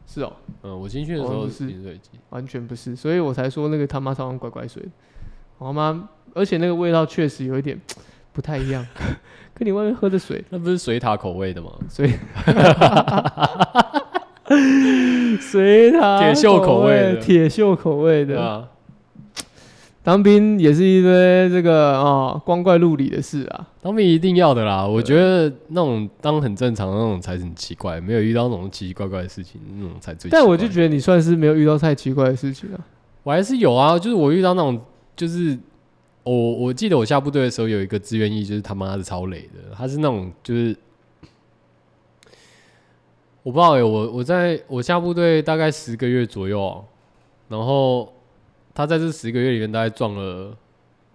Speaker 2: 是哦，
Speaker 1: 嗯，我进去的时
Speaker 2: 我
Speaker 1: 候
Speaker 2: 们是
Speaker 1: 饮水机，
Speaker 2: 完全不是，所以我才说那个他妈超像乖乖水，好吗？而且那个味道确实有一点不太一样， 跟你外面喝的水。
Speaker 1: 那不是水塔口味的吗？
Speaker 2: 所以，水塔
Speaker 1: 铁锈口味的
Speaker 2: 铁锈口味
Speaker 1: 对
Speaker 2: 的，
Speaker 1: 啊，
Speaker 2: 当兵也是一堆这个哦，光怪陆离的事啊。
Speaker 1: 当兵一定要的啦。我觉得那种当很正常的那种才很奇怪，没有遇到那种奇奇怪怪的事情，那种才最奇怪。
Speaker 2: 但我就觉得你算是没有遇到太奇怪的事情啊。
Speaker 1: 我还是有啊，就是我遇到那种，就是我我记得我下部队的时候有一个志愿役，就是他妈的超累的，他是那种就是我不知道哎、我我在我下部队大概十个月左右，啊然后他在这十个月里面大概撞了。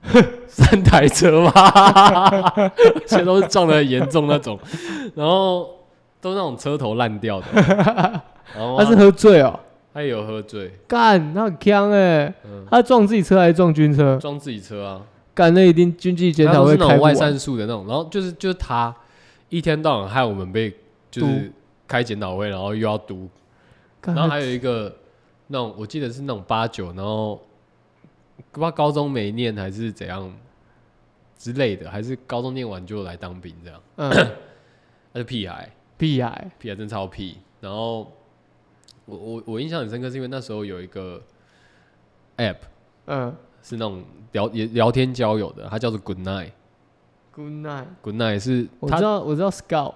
Speaker 1: 三台车吧， 而且都是撞的严重那种，然后都是那种车头烂掉的，然后啊
Speaker 2: 他是喝醉哦，
Speaker 1: 他也有喝醉，
Speaker 2: 干，那很呛哎
Speaker 1: 嗯，
Speaker 2: 他撞自己车还是撞军车？
Speaker 1: 撞自己车啊，
Speaker 2: 干，那一定军纪检
Speaker 1: 他
Speaker 2: 讨
Speaker 1: 都
Speaker 2: 会
Speaker 1: 是那
Speaker 2: 开啊
Speaker 1: 种
Speaker 2: 不
Speaker 1: 外
Speaker 2: 完。
Speaker 1: 散数的那种，然后就是就是他一天到晚害我们被就是开检讨会，然后又要读，
Speaker 2: 干
Speaker 1: 然后还有一个那种我记得是那种八九，然后不知道高中没念还是怎样之类的，还是高中念完就来当兵这样，
Speaker 2: 嗯，
Speaker 1: 他是屁孩，
Speaker 2: 屁孩，
Speaker 1: 屁孩真超屁。然后我我我印象很深刻，是因为那时候有一个 app
Speaker 2: 嗯
Speaker 1: 是那种聊也聊天交友的，它叫做 Good Night，Good
Speaker 2: ，Good night，
Speaker 1: Night 是
Speaker 2: 我
Speaker 1: 它
Speaker 2: 知道我知道 Scout，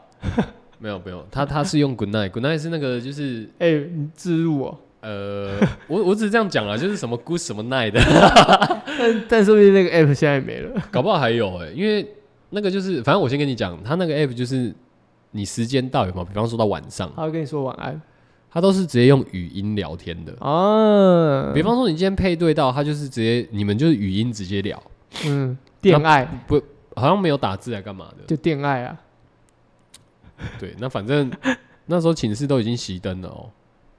Speaker 1: 没有没有，他他是用 good night，good night 是那个就是
Speaker 2: 哎，你自入哦，
Speaker 1: 呃， 我我只是这样讲啊，就是什么 good 什么 night 的，
Speaker 2: 但但说不定那个 app 现在没了。
Speaker 1: 搞不好还有哎、因为那个就是反正我先跟你讲，他那个 app 就是你时间到有没有？比方说到晚上，
Speaker 2: 他会跟你说晚安
Speaker 1: 他都是直接用语音聊天的。
Speaker 2: 啊，
Speaker 1: 比方说你今天配对到，他就是直接你们就是语音直接聊，
Speaker 2: 嗯，恋爱
Speaker 1: 不好像没有打字来干嘛的。
Speaker 2: 就恋爱啊，
Speaker 1: 对，那反正 那时候寝室都已经熄灯了哦，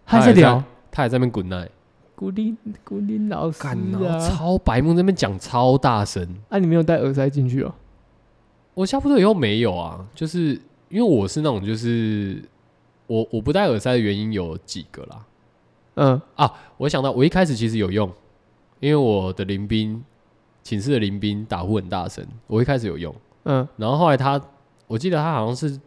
Speaker 2: 还在聊
Speaker 1: 他还在那边 good night，
Speaker 2: 古林古林老师
Speaker 1: 干然后
Speaker 2: 啊，
Speaker 1: 超白目在那边讲超大声。
Speaker 2: 啊你没有带耳塞进去哦，
Speaker 1: 我下部队以后没有啊，就是因为我是那种就是我我不戴耳塞的原因有几个啦
Speaker 2: 嗯，
Speaker 1: 啊，我想到我一开始其实有用，因为我的林兵寝室的林兵打呼很大声，我一开始有用，
Speaker 2: 嗯
Speaker 1: 然后后来他我记得他好像是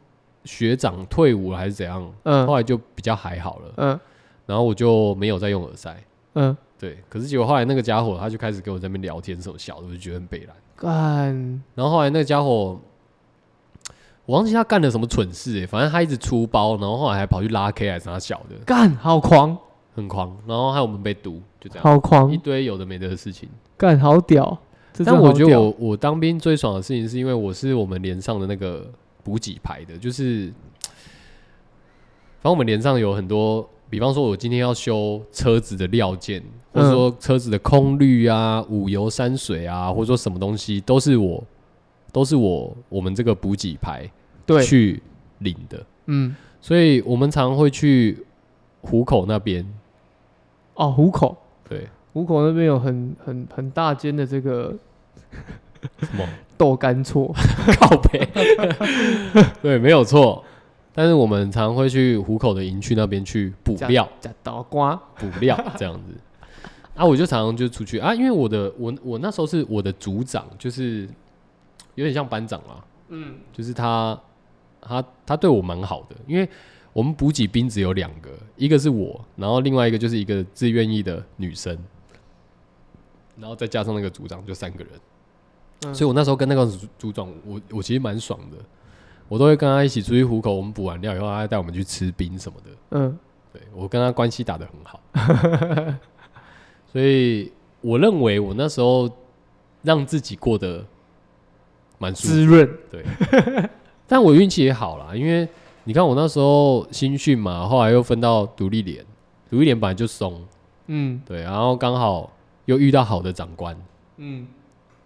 Speaker 1: 学长退伍了还是怎样，
Speaker 2: 嗯
Speaker 1: 后来就比较还好了。
Speaker 2: 嗯
Speaker 1: 然后我就没有再用耳塞。
Speaker 2: 嗯，
Speaker 1: 对，可是结果后来那个家伙他就开始跟我在那边聊天什么小的，我就觉得很北蓝。
Speaker 2: 干，
Speaker 1: 然后后来那个家伙，我忘记他干了什么蠢事哎、反正他一直出包，然后后来还跑去拉 K 还是啥小的，
Speaker 2: 干，好狂，
Speaker 1: 很狂。然后害我们被毒，就这样，
Speaker 2: 好
Speaker 1: 一
Speaker 2: 狂，
Speaker 1: 堆有的没的的事情。
Speaker 2: 干，好屌。这真
Speaker 1: 但
Speaker 2: 的
Speaker 1: 我
Speaker 2: 好
Speaker 1: 觉得
Speaker 2: 屌
Speaker 1: 我我当兵最爽的事情，是因为我是我们连上的那个补给排的，就是，反正我们连上有很多，比方说我今天要修车子的料件，或者
Speaker 2: 嗯
Speaker 1: 说车子的空滤啊、五油山水啊，或者说什么东西，都是我，都是我我们这个补给排
Speaker 2: 对，
Speaker 1: 去领的，
Speaker 2: 嗯，
Speaker 1: 所以我们常会去虎口那边，
Speaker 2: 哦，虎口，
Speaker 1: 对，
Speaker 2: 虎口那边有很很很大间的这个
Speaker 1: 什么？
Speaker 2: 豆干错，
Speaker 1: 靠北，对，没有错。但是我们常会去虎口的营区那边去补料，
Speaker 2: 假刀瓜，
Speaker 1: 补料这样子。啊，我就常常就出去啊，因为我的我我那时候是我的组长，就是有点像班长啦，
Speaker 2: 嗯，
Speaker 1: 就是他他他对我蛮好的，因为我们补给兵只有两个，一个是我，然后另外一个就是一个自愿意的女生，然后再加上那个组长，就三个人。
Speaker 2: 嗯
Speaker 1: 所以我那时候跟那个组组长，我我其实蛮爽的，我都会跟他一起出去虎口，我们补完料以后，他带我们去吃冰什么的。
Speaker 2: 嗯，
Speaker 1: 对我跟他关系打得很好，所以我认为我那时候让自己过得蛮舒服的
Speaker 2: 滋润，
Speaker 1: 对，但我运气也好啦，因为你看我那时候新训嘛，后来又分到独立连，独立连本来就松，
Speaker 2: 嗯
Speaker 1: 对，然后刚好又遇到好的长官，
Speaker 2: 嗯，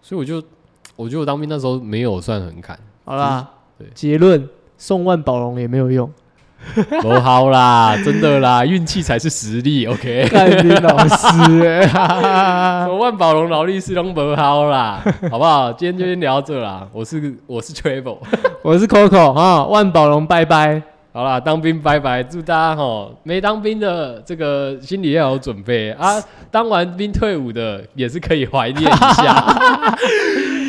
Speaker 1: 所以我就我觉得我当兵那时候没有算很砍，
Speaker 2: 好啦
Speaker 1: 嗯对，
Speaker 2: 结论，送万宝龙也没有用，
Speaker 1: 不好啦，真的啦，运气才是实力，OK。
Speaker 2: 干你老师、 欸，哈哈哈
Speaker 1: 什
Speaker 2: 哈
Speaker 1: 么万宝龙、劳力士都不好啦，好不好？今天就先聊到这啦。我是我是 Travel，
Speaker 2: 我是 Coco 哈，万宝龙拜拜，
Speaker 1: 好啦，当兵拜拜，祝大家哈没当兵的这个心里要有准备啊，当完 兵退伍的也是可以怀念一下。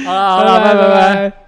Speaker 1: 好啦，好啦，拜拜拜。
Speaker 2: 拜。